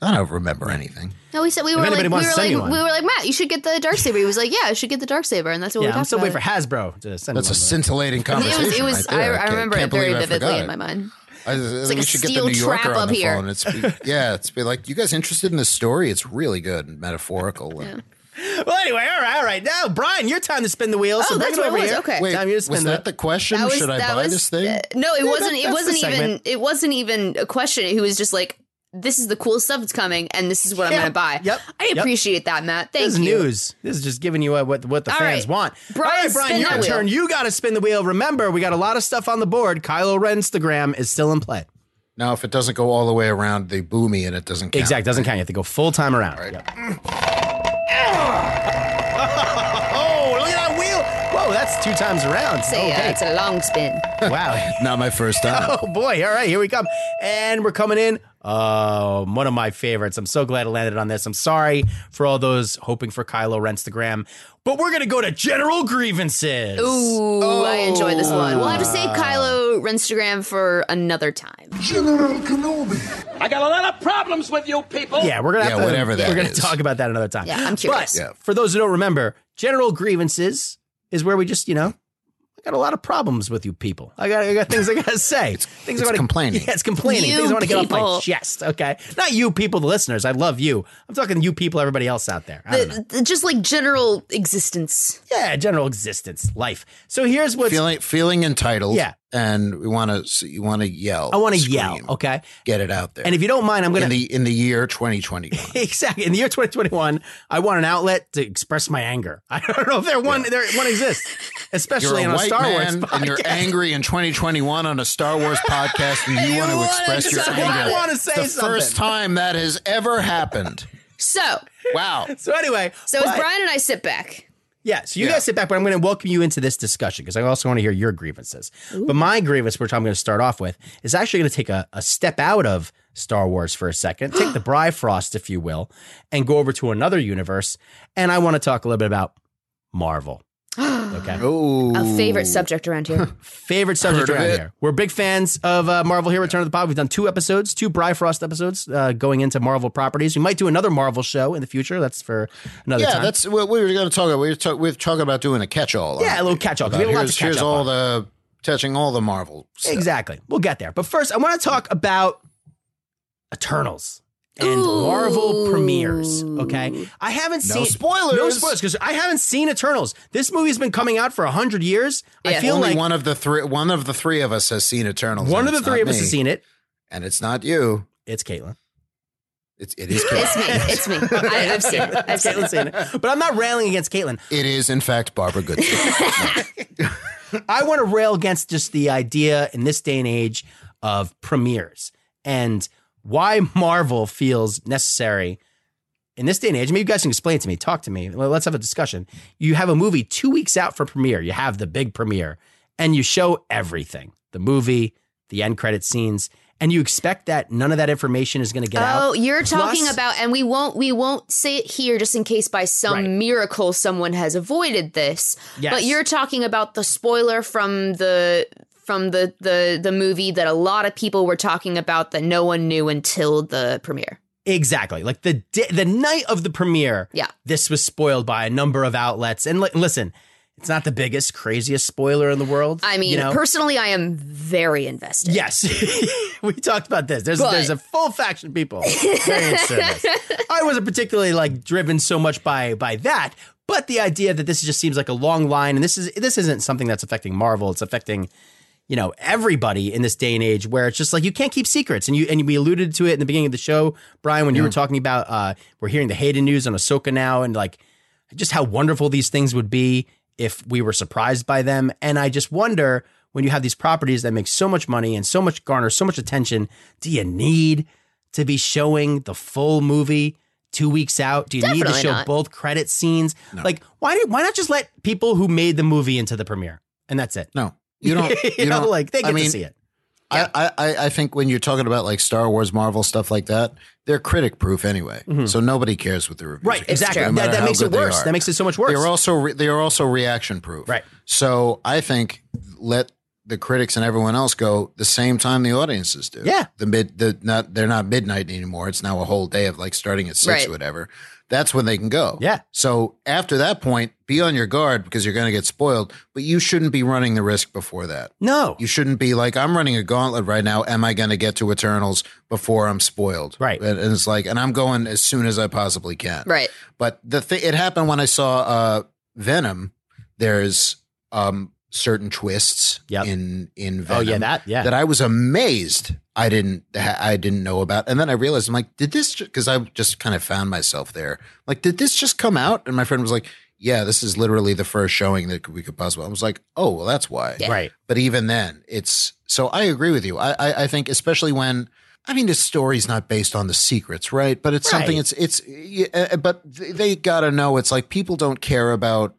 I don't remember anything. No, we said we If were like anybody we were wants to like send me one. we were like Matt, you should get the dark saber. He was like, yeah, I should get the dark saber, and that's what we Yeah, talked I'm still about. waiting for Hasbro to send. That's me a one, but- scintillating I mean, conversation. it was. It was. right there. I, I remember can't it very believe I vividly forgot in my mind. I, it's like we a should get steel the New Yorker trap on up the here. phone. It's be, yeah, it's be like you guys interested in the story. It's really good and metaphorical. And, Well, anyway, all right, all right. Now, Brian, your time to spin the wheel. so Oh, bring that's it what it over was. here. Okay. Wait, time you to was spin that the. the question? That was- should I that buy was- this thing? uh, no, it that- wasn't. it that's the wasn't even. segment. It wasn't even a question. He was just like, "This is the cool stuff that's coming, and this is what Yeah. I'm going to buy." Yep. I Yep. appreciate that, Matt. Thank this is you. news. This is just giving you uh, what what the All fans right. want. Brian, all right, Brian, spin your that wheel. turn. You got to spin the wheel. Remember, we got a lot of stuff on the board. Kylo Renstagram is still in play. Now, if it doesn't go all the way around, they boo me and it doesn't count. Exact doesn't count. You have to go full time around. Yep. oh, look at that wheel! Whoa, that's two times around. Say, uh, okay. it's a long spin. wow. Not my first time. Oh boy! All right, here we come, and we're coming in. Oh, one of my favorites. I'm so glad I landed on this. I'm sorry for all those hoping for Kylo Renstagram, but we're gonna go to general grievances. Ooh, I enjoy this one. We'll have to Oh. save Kylo Renstagram for another time. General Kenobi. I got a lot of problems with you people. Yeah, we're gonna have Yeah, to, whatever that We're gonna is. talk about that another time. Yeah, I'm But curious. Yeah. for those who don't remember, general grievances is where we just you know. I got a lot of problems with you people. I got, I got things I gotta say. things I it's gotta, complaining. Yeah, it's complaining. You things I want to get off my people. chest. Okay, not you people, the listeners. I love you. I'm talking you people, everybody else out there. I don't know. The, the- just like general existence. Yeah, general existence, life. So here's what's feeling feeling entitled. yeah. and we want to you want to yell. I want to scream, yell. Okay. Get it out there. And if you don't mind, I'm gonna in the in the year 2021. exactly in the year 2021. I want an outlet to express my anger. I don't know if there one there one exists, especially you're on a a white Star man Wars. and you're podcast. angry in 2021 on a Star Wars podcast, and you, want to wanna express your say- anger. I wanna say the something. first time that has ever happened. So, Wow. So anyway, so as but- Brian and I sit back. Yeah, so you Yeah. guys sit back, but I'm going to welcome you into this discussion because I also want to hear your grievances. But my grievance, which I'm going to start off with, is actually going to take a, a step out of Star Wars for a second, take the Bifrost, if you will, and go over to another universe. And I want to talk a little bit about Marvel. Okay. A favorite subject around here. Favorite subject Heard of around it. here. We're big fans of uh, Marvel here, Return of the Pod. We've done two episodes, two Bifrost episodes uh, going into Marvel properties. We might do another Marvel show in the future. That's for another yeah, time. that's what we were going to talk about. We were, talk, we were talking about doing a catch-all. Yeah, a little catch-all, 'cause we have a lot to here's catch here's up all on. the touching all the Marvel. stuff. Exactly. We'll get there. But first, I want to talk about Eternals and Marvel premieres. Okay. I haven't No seen spoilers. No spoilers because I haven't seen Eternals. This movie's been coming out for hundred years. I feel only like one of the three one of the three of us has seen Eternals. One and of the it's three not of us me. has seen it. and it's not you. It's Caitlin. It's it is. Caitlin. It's me. It's me. I, I've seen it. I've seen Caitlin's it. seen it. But I'm not railing against Caitlin. It is in fact Barbara Goodson. I want to rail against just the idea in this day and age of premieres and why Marvel feels necessary in this day and age. Maybe you guys can explain it to me. Talk to me. Well, Let's have a discussion. You have a movie two weeks out for premiere. You have the big premiere and you show everything the movie, the end credit scenes, and you expect that none of that information is going to get out. Oh, you're talking Plus- about, and we won't we won't say it here just in case by some Right. miracle someone has avoided this. Yes. But you're talking about the spoiler from the from the the the movie that a lot of people were talking about that no one knew until the premiere. Exactly. Like the di- the night of the premiere. Yeah. This was spoiled by a number of outlets. And li- listen, it's not the biggest craziest spoiler in the world. I mean, you know? personally, I am very invested. Yes. we talked about this. There's But- there's a full faction of people very interested in this. I wasn't particularly like driven so much by by that, but the idea that this just seems like a long line and this is this isn't something that's affecting Marvel, it's affecting you know everybody in this day and age where it's just like you can't keep secrets and you and we alluded to it in the beginning of the show brian when you were talking about uh we're hearing the hayden news on ahsoka now and like just how wonderful these things would be if we were surprised by them and i just wonder when you have these properties that make so much money and so much garner so much attention do you need to be showing the full movie two weeks out do you need to Definitely show not. both credit scenes like why did, why not just let people who made the movie into the premiere and that's it No, you don't. You, You know, don't, like, they I get to mean, see it. I, I, I- I think when you're talking about like Star Wars, Marvel stuff like that, they're critic proof anyway. So nobody cares what the reviews. Mm-hmm. Right, are. exactly. No That- matter that how makes it good they worse. are. That makes it so much worse. They're also re- they are also reaction proof. Right. So I think let the critics and everyone else go the same time the audiences do. Yeah. The mid the not they're not midnight anymore. It's now a whole day of like starting at six Right. or whatever. That's when they can go. Yeah. So after that point, be on your guard because you're going to get spoiled. But you shouldn't be running the risk before that. no You shouldn't be like, I'm running a gauntlet right now. Am I going to get to Eternals before I'm spoiled? Right. And, and it's like, and I'm going as soon as I possibly can. Right. But the thing, it happened when I saw uh, Venom. There's um, certain twists Yep. in in oh Venom yeah that yeah that I was amazed I didn't ha- I didn't know about, and then I realized I'm like, did this? Because I just kind of found myself there. Like, did this just come out? And my friend was like, Yeah, this is literally the first showing that we could possibly. I was like, Oh, well, that's why. Yeah. right But even then, it's so I agree with you. I I, I think especially when I mean the story's not based on the secrets, right? But it's something. Right. It's it's yeah, uh, but th- they gotta know. It's like people don't care about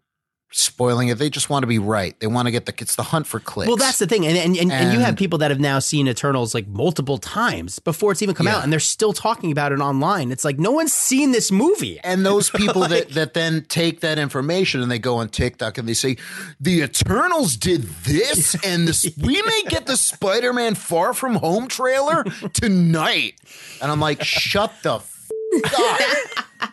spoiling it. They just want to be right. They want to get the it's the hunt for clicks. Well, that's the thing, and and, and, and you have And- people that have now seen Eternals like multiple times before it's even come Yeah. out, and they're still talking about it online. It's like no one's seen this movie. and those people that, that then take that information and they go on TikTok and they say, the Eternals did this, and this, we may get the Spider Man Far From Home trailer tonight. And I'm like, shut the f- up.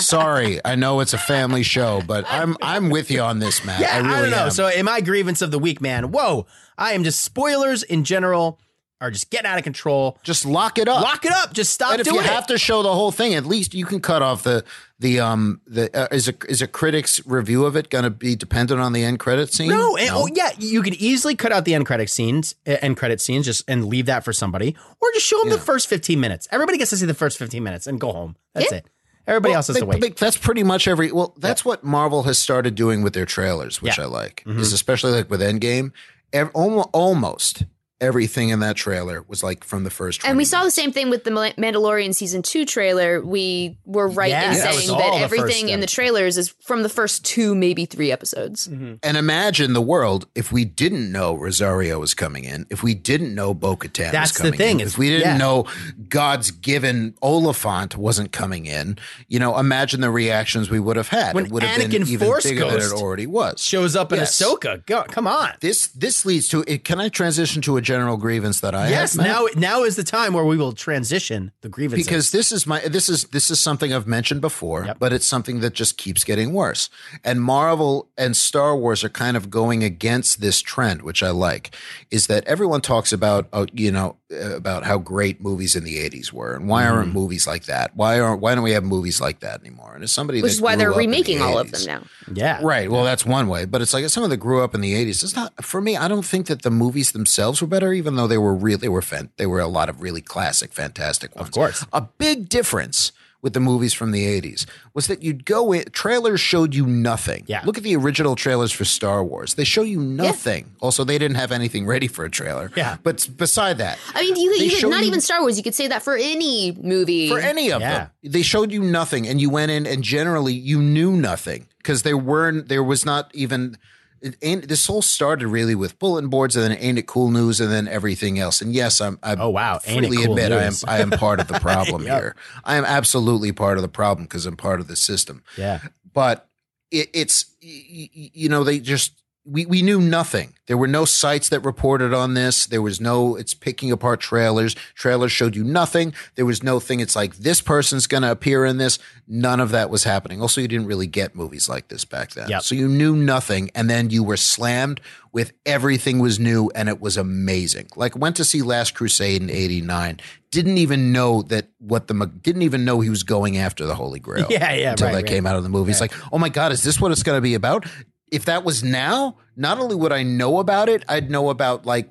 Sorry, I know it's a family show, but I'm I'm with you on this, Matt. Yeah, I really don't know. am. So, in my grievance of the week, man, whoa, I am just spoilers in general are just getting out of control. Just lock it up. Lock it up. Just stop and if doing you it. have to show the whole thing, at least you can cut off the the um the uh, is a is a critic's review of it going to be dependent on the end credit scene? No, and, oh yeah, you could easily cut out the end credit scenes, uh, end credit scenes, just and leave that for somebody, or just show them the first fifteen minutes. Everybody gets to see the first fifteen minutes and go home. That's Yeah. it. Everybody Well, else has they- to wait. they- that's pretty much every. Well, that's what Marvel has started doing with their trailers, which I like. Mm-hmm. Is especially like with Endgame, ev- almo- almost everything in that trailer was like from the first. And we saw the same thing with the Mal- Mandalorian season two trailer. We were right Yeah, in that was saying all that the first everything in the trailers is from the first two, maybe three episodes. And imagine the world if we didn't know Rosario was coming in, if we didn't know Bo Katan was That's the coming thing, in, is- if we didn't yeah. know God's given Oliphant wasn't coming in, you know, imagine the reactions we would have had. When it would have Anakin been even Force bigger than Ghost it already was. Shows up in Yes. Ahsoka. Go, come on. This this leads to it. Can I transition to a general grievance that I yes, have, Matt? now now is the time where we will transition the grievances. because this is my this is this is something I've mentioned before, but it's something that just keeps getting worse. And Marvel and Star Wars are kind of going against this trend, which I like. Is that everyone talks about uh, you know uh, about how great movies in the '80s were, and why aren't Mhm. movies like that? Why aren't why don't we have movies like that anymore? And it's somebody Which that is why they're grew up in the remaking all of 80s. them now. Yeah. Right. Well, that's one way, but it's like someone that grew up in the '80s. It's not for me. I don't think that the movies themselves were better, even though they were real. They were fan, they were a lot of really classic, fantastic ones. Of course. A big difference with the movies from the '80s was that you'd go in. Trailers showed you nothing. Yeah. Look at the original trailers for Star Wars. They show you nothing. Also, they didn't have anything ready for a trailer. Yeah. But s- beside that, I mean, you, They you show could not you- even Star Wars. You could say that for any movie. for any of them. They showed you nothing, and you went in, and generally you knew nothing because there weren't. There was not even. It, ain't this whole started really with bulletin boards, and then ain't it cool news, and then everything else. And yes, I'm. I oh wow, Ain't It freely Cool admit I am. News. I am part of the problem here. I am absolutely part of the problem because I'm part of the system Yeah. but it, it's y- y- you know they just we, we knew nothing there were no sites that reported on this there was no it's picking apart trailers trailers showed you nothing there was no thing it's like this person's going to appear in this none of that was happening also you didn't really get movies like this back then Yep. so you knew nothing and then you were slammed with everything was new and it was amazing like went to see last crusade in 89 didn't even know that what the Mag- didn't even know he was going after the holy grail Yeah, yeah, until right, that right. came out of the movie it's like oh my god is this what it's going to be about if that was now not only would i know about it i'd know about like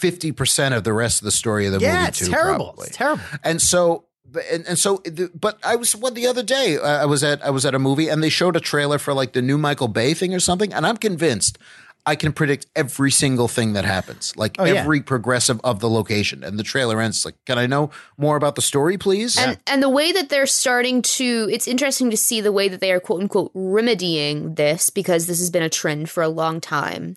50% of the rest of the story of the yeah, movie it's too terrible. probably. It's terrible. And so, but- and, and so, the- but I was what the other day uh, I I was at I was at a movie and they showed a trailer for like the new Michael Bay thing or something, and I'm convinced I can predict every single thing that happens, like Oh, yeah. every progressive of the location. And the trailer ends like, can I know more about the story, please? And, and the way that they're starting to, it's interesting to see the way that they are quote unquote remedying this because this has been a trend for a long time.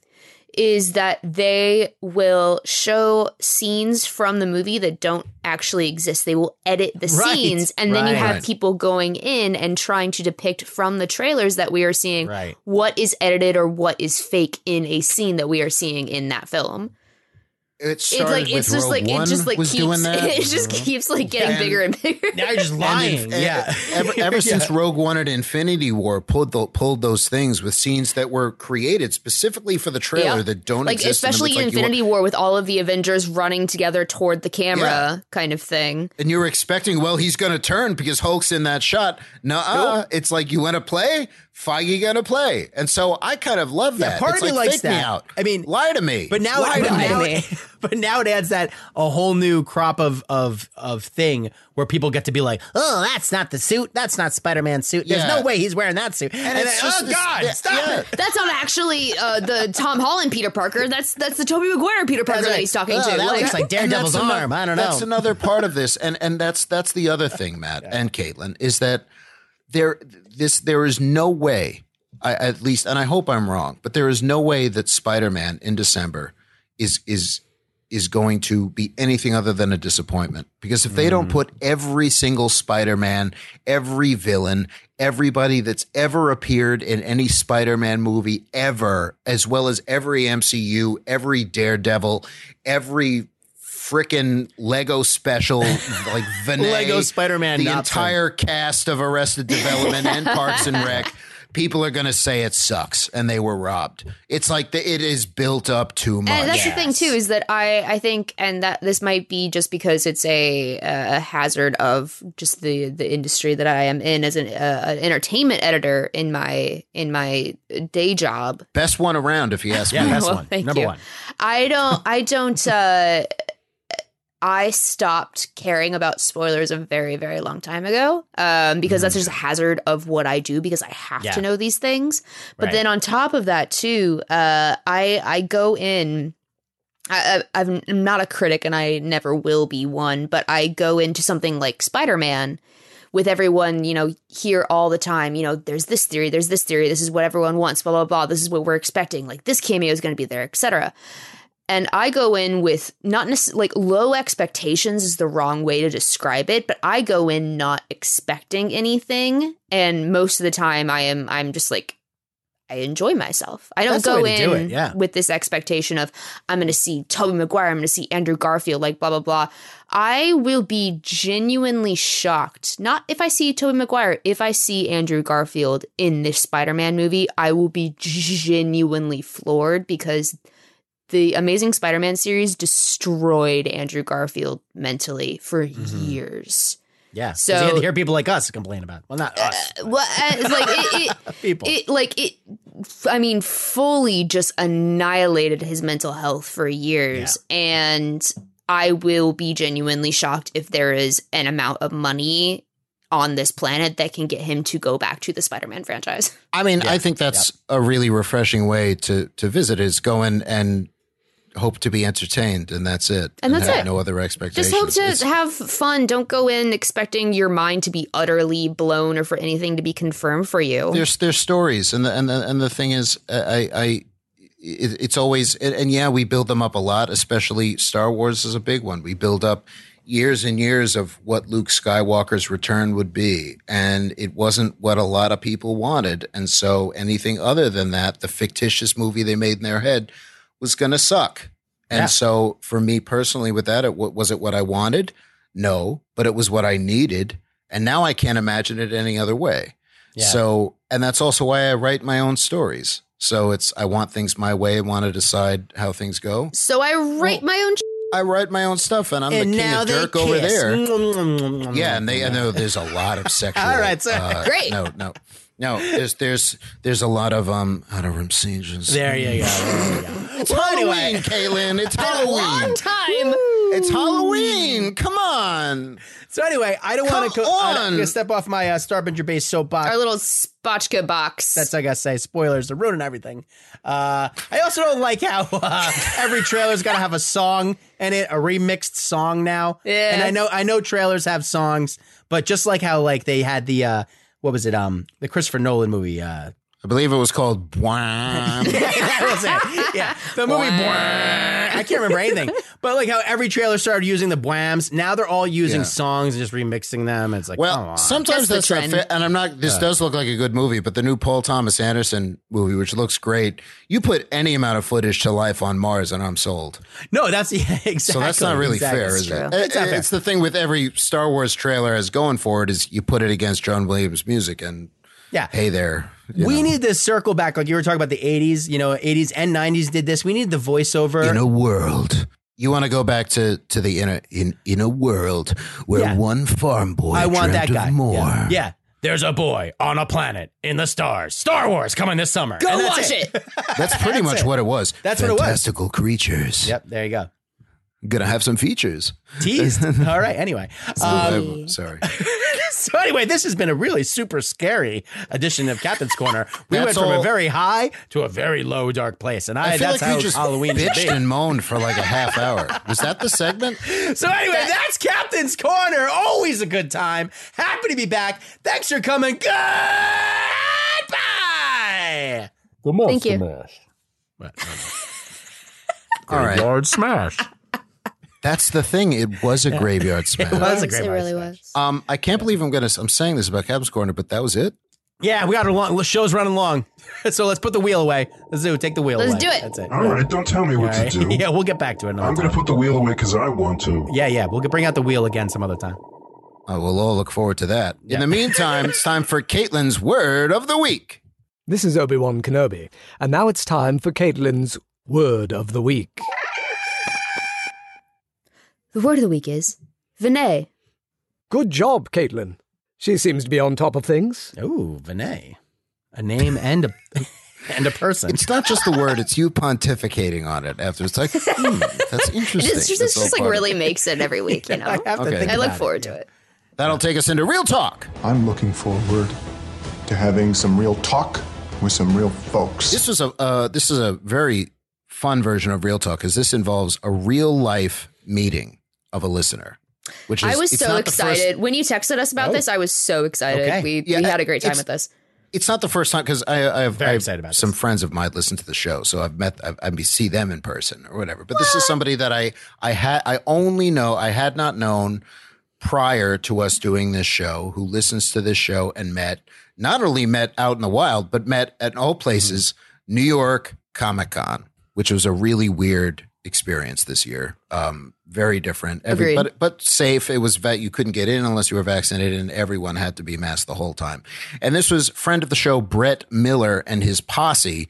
Is that they will show scenes from the movie that don't actually exist. They will edit the Right, scenes, and then you right. have Right. people going in and trying to depict from the trailers that we are seeing Right. what is edited or what is fake in a scene that we are seeing in that film. It It's like it's just like it just like keeps it just keeps like getting And- bigger and bigger. Now you're just lying. yeah. ever, ever since Rogue One and Infinity War pulled tho- pulled those things with scenes that were created specifically for the trailer Yeah. that don't like exist, and then especially it's in like you are- Infinity War with all of the Avengers running together toward the camera Yeah. kind of thing. and you were expecting, well, he's going to turn because Hulk's in that shot. Nuh-uh. It's like you want to play, Feige going to play, and so I kind of love that. Yeah, part It's of me like, likes fake me that. out. I mean, lie to me. But now, lie but to me. now, but now it adds that a whole new crop of of of thing where people get to be like, oh, that's not the suit. That's not Spider Man's suit. There's Yeah. no way he's wearing that suit. And, it's then, just oh this- God, yeah, stop yeah. it. That's not actually uh, the Tom Holland Peter Parker. That's that's the Tobey Maguire Peter Parker that he's talking Oh, to. that looks like Daredevil's And that's arm. ano- I don't That's know. another part of this, and and that's that's the other thing, Matt and Caitlin, is that there this there is no way, I, at least, and I hope I'm wrong, but there is no way that Spider-Man in December is is is going to be anything other than a disappointment because if they don't Mm. put every single Spider-Man, every villain, everybody that's ever appeared in any Spider-Man movie ever, as well as every MCU, every Daredevil, every frickin' Lego special, like Vinay, Lego Spider-Man the Knopfler. entire cast of Arrested Development and Parks and Rec. people are going to say it sucks and they were robbed. It's like the, it is built up too much. And that's the thing too is that I I think and that this might be just because it's a a hazard of just the the industry that I am in as an, uh, an entertainment editor in my in my day job. Best one around, if you ask Yeah, me. best one. Number one. I don't I don't uh I stopped caring about spoilers a very very long time ago um because that's just a hazard of what I do because I have Mm-hmm. Yeah. to know these things. But Right. then on top of that too, uh I I go in I, I- I'm I'm not a critic and I never will be one, but I go into something like Spider Man with everyone, you know, here all the time, you know, there's this theory, there's this theory, this is what everyone wants, blah, blah, blah, this is what we're expecting, like this cameo is going to be there, etc. And I go in with not necessarily like low expectations is the wrong way to describe it, but I go in not expecting anything. And most of the time I am, I'm just like, I enjoy myself. I don't That's the go way to in do it, yeah. with this expectation of I'm going to see Tobey Maguire, I'm going to see Andrew Garfield, like blah blah blah. I will be genuinely shocked. Not if I see Tobey Maguire, if I see Andrew Garfield in this Spider-Man movie, I will be genuinely floored because the Amazing Spider-Man series destroyed Andrew Garfield mentally for years. Yeah. So So- you had to hear people like us complain about. it. Well, not us. Well, uh, it's like it, it, People. it, like it. f- I mean, fully just annihilated his mental health for years, and I will be genuinely shocked if there is an amount of money on this planet that can get him to go back to the Spider-Man franchise. I mean, I think that's a really refreshing way to to visit is go in and hope to be entertained, and that's it. And that's have it. No other expectations. Just hope to It's- have fun. Don't go in expecting your mind to be utterly blown or for anything to be confirmed for you. there's there's stories, and the and the, and the thing is, I I. I it, it's always and, and yeah we build them up a lot especially star wars is a big one we build up years and years of what luke skywalker's return would be and it wasn't what a lot of people wanted and so anything other than that the fictitious movie they made in their head was going to suck and Yeah. so for me personally with that it wa- was it what i wanted no but it was what i needed and now i can't imagine it any other way Yeah. so, and that's also why I write my own stories. So it's I want things my way, I want to decide how things go. So I write my own. I write my own stuff, and I'm the king of Dirk over there. mm, yeah, and they I know there's a lot of sexual. Mm. uh, All right, sir. Great. No, no, no. There's there's there's a lot of um out of room scenes. There you go. It's Halloween, Kaylin. It's Halloween. time. It's Halloween. Come on. So anyway, I don't want to Come co- I'm on. gonna step off my uh, Starbinger base soapbox. Our little spotchka box. That's I gotta say. Spoilers are ruining everything. Uh, I also don't like how uh, every trailer's got to have a song in it, a remixed song now. Yeah. And I know I know trailers have songs, but just like how like they had the uh, what was it um the Christopher Nolan movie uh, I believe it was called Bwam. that was it. Yeah, the movie. Bwah. I can't remember anything, but like how every trailer started using the whams. Now they're all using Yeah. songs and just remixing them. It's like, come Well, on. sometimes that's, not fair. And I'm not. This Uh. does look like a good movie, but the new Paul Thomas Anderson movie, which looks great, you put any amount of footage to life on Mars, and I'm sold. no, that's yeah, exactly. So that's not really exactly. fair, is it? It's, Uh, not uh, fair. it's the thing with every Star Wars trailer is going for it is you put it against John Williams' music, and Yeah. hey there, you We know. need this circle back, like you were talking about the '80s. You know, '80s and '90s did this. We need the voiceover. in a world. You want to go back to, to the inner in in a world where Yeah. one farm boy I want that dreamt of guy. more. Yeah. Yeah. there's a boy on a planet in the stars. Star Wars coming this summer. Go And watch that's it. That's pretty much what it was. That's what it was. Fantastical creatures. Yep, there you go. Gonna have some features. Teased. All right. Anyway, um, I'm sorry. so anyway, this has been a really super scary edition of Captain's Corner. We That's went from a all- very high to a very low dark place, and I, I feel that's like how we just Halloween should be. bitched and moaned for like a half hour. Was that the segment? So anyway, that's Captain's Corner. Always a good time. Happy to be back. Thanks for coming. Goodbye. The monster Thank you. mash. All right. Graveyard smash. That's the thing. It was a graveyard smash. was a It great. really was. Um, I can't believe I'm gonna. I'm saying this about Cab's Corner, but that was it. Yeah, we got a long show's running long, so let's put the wheel away. Let's do. Take the wheel. Let's away. do it. That's it. All right, don't tell me what All right. to do. Yeah, we'll get back to it. Another I'm time. going to put the wheel away because I want to. Yeah, yeah. We'll bring out the wheel again some other time. Uh, we'll all look forward to that. In the meantime, it's time for Caitlin's word of the week. This is Obi Wan Kenobi, and now it's time for Caitlin's Word of the Week. The word of the week is Vinay. Good job, Caitlin. She seems to be on top of things. Ooh, Vinay. A name and a and a person. It's not just the word; it's you pontificating on it after. It's like hmm, that's interesting. This just, That's this all just like part of really it. makes it every week, you know? I, have to Okay. think look about it, forward to it. That'll take us into real talk. I'm looking forward to having some real talk with some real folks. This was a uh, this is a very fun version of real talk because this involves a real life meeting of a listener. Which is, I was it's so not the first- excited. When you texted us about Oh. this, I was so excited. Okay. We, Yeah, we had a great time it's- with this. it's not the first time because I, I have, I have some friends of mine listen to the show, so I've met I've, I see them in person or whatever. But this is somebody that I I had I only know I had not known prior to us doing this show who listens to this show and met not only met out in the wild but met at all places New York Comic Con, which was a really weird experience this year. Um, very different, Agreed. but but safe. It was vet. You couldn't get in unless you were vaccinated, and everyone had to be masked the whole time. And this was friend of the show Brett Miller and his posse.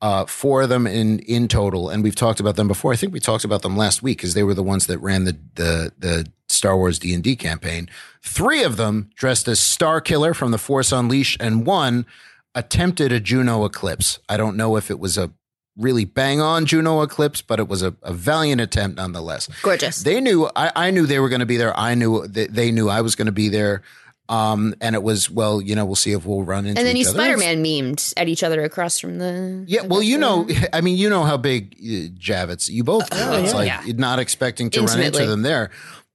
Uh, four of them in in total, and we've talked about them before. I think we talked about them last week because they were the ones that ran the the the Star Wars D and D campaign. Three of them dressed as Star Killer from the Force Unleashed, and one attempted a Juno eclipse. I don't know if it was a really bang on Juno eclipse, but it was a, a valiant attempt nonetheless. Gorgeous. They knew I, I knew they were going to be there. I knew they, they knew I was going to be there. Um, and it was well, you know, we'll see if we'll run into. And then each you other. Spider Man memed at each other across from the. Yeah, well, you know, I mean, you know how big uh, Javits you both. know. it's yeah. like Yeah. you're not expecting to run Intimately. into them there,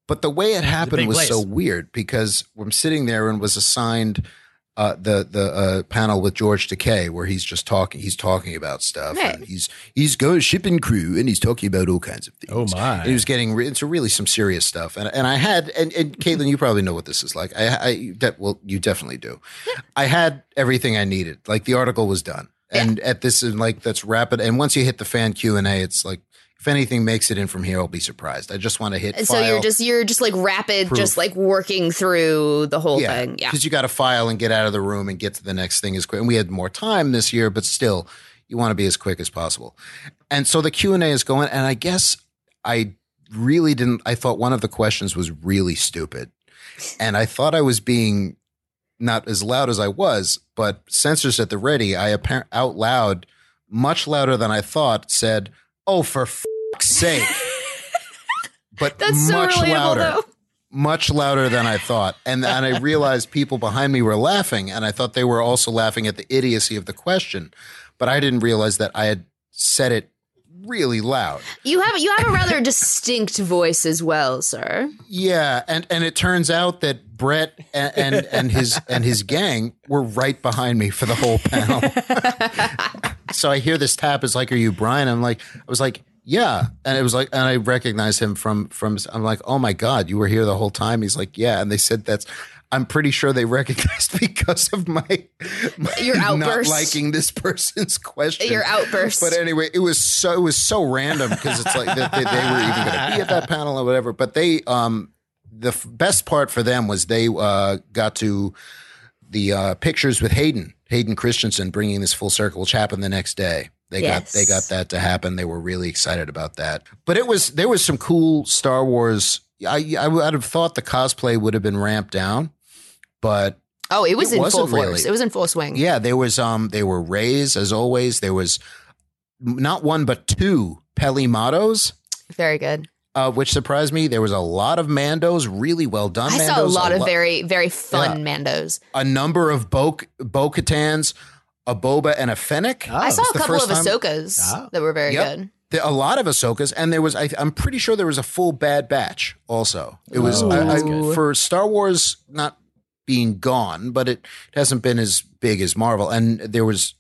but the way it happened big was place. so weird because I'm sitting there and was assigned uh, the the uh, panel with George Takei where he's just talking. He's talking about stuff. Right. And he's he's going shipping crew and he's talking about all kinds of things. Oh my! And he was getting re- into really some serious stuff. And and I had and, and Mm-hmm. Caitlin, you probably know what this is like. I, I that well, you definitely do. I had everything I needed. Like the article was done, and at this and like that's rapid. And once you hit the fan Q and A, it's like if anything makes it in from here, I'll be surprised. I just want to hit. And so you're file. just you're just like rapid, Proof. just like working through the whole thing. Yeah. Because you got to file and get out of the room and get to the next thing as quick. And we had more time this year, but still, you want to be as quick as possible. And so the Q and A is going, and I guess I really didn't. I thought one of the questions was really stupid, and I thought I was being not as loud as I was, but sensors at the ready. I apparent out loud, much louder than I thought, said, "Oh, for f- sake!" But That's so much relatable, louder though. much louder than I thought. And then I realized people behind me were laughing, and I thought they were also laughing at the idiocy of the question. But I didn't realize that I had said it really loud. You have you have a rather distinct voice as well, sir. Yeah, and and it turns out that Brett and and, and his and his gang were right behind me for the whole panel. so I hear this tap. It's like, "Are you Brian?" I'm like, I was like, "Yeah," and it was like, and I recognized him from from. I'm like, "Oh my god, you were here the whole time." He's like, "Yeah," and they said that's. I'm pretty sure they recognized because of my, my Your outburst. not liking this person's question, Your outburst. But anyway, it was so it was so random because it's like that they, they were even going to be at that panel or whatever. But they, um, the f- best part for them was they uh, got to the uh, pictures with Hayden, Hayden Christensen, bringing this full circle, which happened the next day. They Yes. got they got that to happen. They were really excited about that. But it was there was some cool Star Wars. I I would have thought the cosplay would have been ramped down, but Oh, it was in full wasn't force. really. It was in full swing. yeah, there was um there were rays as always. There was not one but two Pelimatos, Very good. uh, which surprised me. There was a lot of Mandos, really well done. I saw a Mandos, lot of lo- very very fun Mandos. a number of Bo Bo Katans, a Boba, and a Fennec. I It's saw a Oh, Ah, the couple of first time- Ahsokas that were very Yep. good. There- A lot of Ahsokas, and there was I, I'm pretty sure there was a full Bad Batch also. It was Ooh. I, I, Oh, That's good. for Star Wars not being gone, but it, it hasn't been as big as Marvel, and there was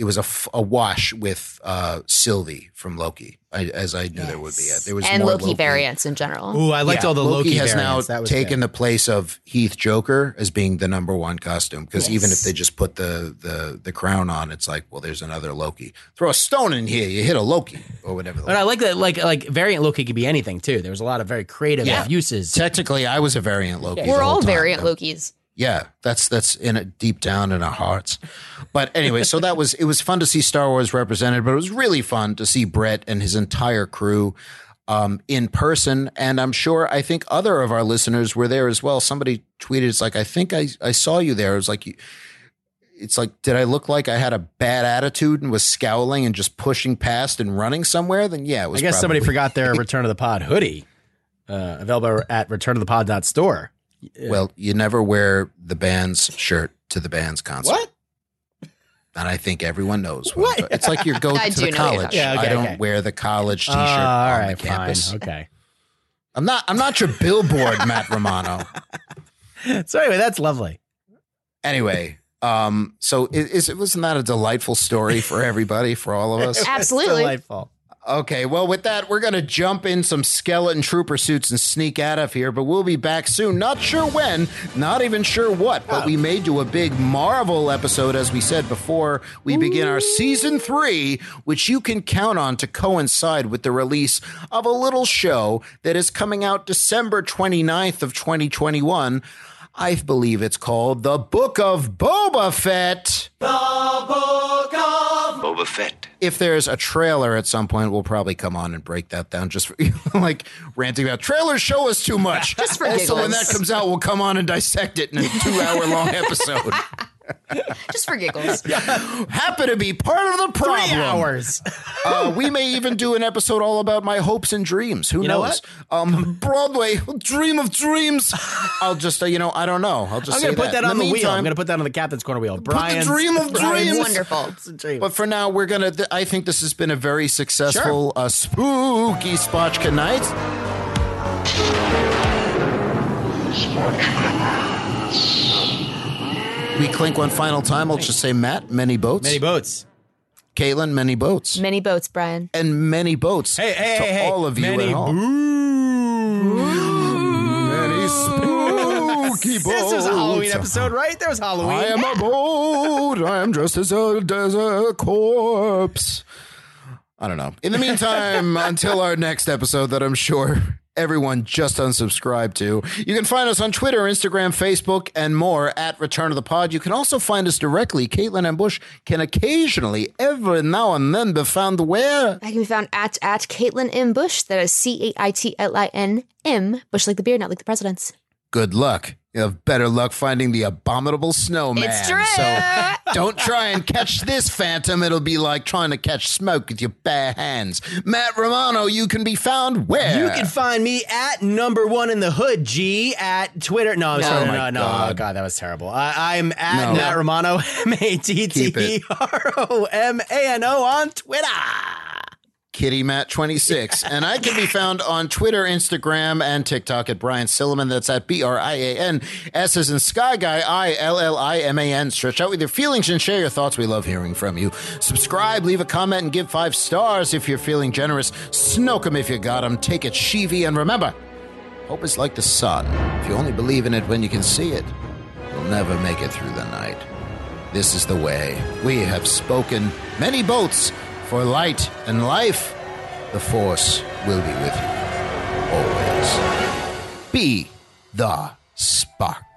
it was a, f- a wash with uh, Sylvie from Loki, I, as I knew there would be. There was and more Loki, variants in general. Yeah, Loki has now variants. That was taken the place of Heath Joker as being the number one costume because even if they just put the, the the crown on, it's like, well, there's another Loki. Throw a stone in here, you hit a Loki or whatever. But I like that. Like like variant Loki could be anything too. There was a lot of very creative Yeah. uses. Technically, I was a variant Loki. We're all variant Lokis. Yeah, that's that's in it deep down in our hearts. But anyway, so that was it was fun to see Star Wars represented, but it was really fun to see Brett and his entire crew um, in person. And I'm sure I think other of our listeners were there as well. Somebody tweeted, "It's like I think I I saw you there." It was like you. It's like, did I look like I had a bad attitude and was scowling and just pushing past and running somewhere? Then yeah, it was. I guess somebody probably- forgot their Return of the Pod hoodie, uh, available at returnofthepod.store. Well, you never wear the band's shirt to the band's concert. What? And I think everyone knows. What? What? It's like you're going I to do the know what you're college. talking about. Yeah, I okay, don't okay. wear the college Uh, T-shirt all on right, the campus. fine. Okay. I'm not. I'm not your billboard, Matt Romano. So anyway, that's lovely. Anyway, um, so i- is, it wasn't that a delightful story for everybody, for all of us? Absolutely. Delightful. Okay, well, with that, we're going to jump in some skeleton trooper suits and sneak out of here, but we'll be back soon. Not sure when, not even sure what, but we may do a big Marvel episode, as we said before we begin our season three, which you can count on to coincide with the release of a little show that is coming out December 29th of 2021. I believe it's called The Book of Boba Fett. Boba Fett. If there's a trailer at some point, we'll probably come on and break that down just for, like ranting about trailers show us too much. Just for also, when giggles. that comes out, we'll come on and dissect it in a two hour long episode. Just for giggles. Happy to be part of the problem. hours. uh, we may even do an episode all about my hopes and dreams. Who You know knows? Um, Broadway, dream of dreams. I'll just, uh, you know, I don't know. I'll just I'm going say to put that, In on the the wheel. meantime- I'm going to put that on the captain's corner wheel. Put Brian, the dream of dreams. Wonderful. But for now, we're gonna. Th- I think this has been a very successful, uh, spooky Spotchka night. We clink one final time. I'll just say, Matt, many boats. Many boats. Caitlin, many boats. Many boats, Brian. And many boats hey, hey, to hey, hey. all of you Many at home. Many spooky boats. This was a Halloween episode, right? There was Halloween. I am a boat. I am dressed as a, as a corpse. I don't know. In the meantime, until our next episode that I'm sure everyone just unsubscribed to, you can find us on Twitter, Instagram, Facebook, and more at Return of the Pod. You can also find us directly. Caitlin and Bush can occasionally, every now and then, be found where? I can be found at at Caitlin M. Bush. That is C A I T L I N M. Bush like the beer, not like the president's. Good luck. You have better luck finding the abominable snowman. It's true. So don't try and catch this phantom. It'll be like trying to catch smoke with your bare hands. Matt Romano, you can be found where? You can find me at number one in the hood, G, at Twitter. No, I'm No. sorry. Oh No, my no. God. Oh, God, that was terrible. I, I'm at No. Matt Romano, M A T Keep T E it. R O M A N O on Twitter. Kitty Matt 26 and I can be found on Twitter, Instagram, and TikTok at Brian Silliman. That's at B R I A N S as in Sky Guy I L L I M A N. Stretch out with your feelings and share your thoughts. We love hearing from you. Subscribe, leave a comment, and give five stars if you're feeling generous. Snoke 'em if you got 'em. Take it, Sheevy, and remember, hope is like the sun. If you only believe in it when you can see it, you'll never make it through the night. This is the way. We have spoken many boats for light and life. The Force will be with you. Always. Be the spark.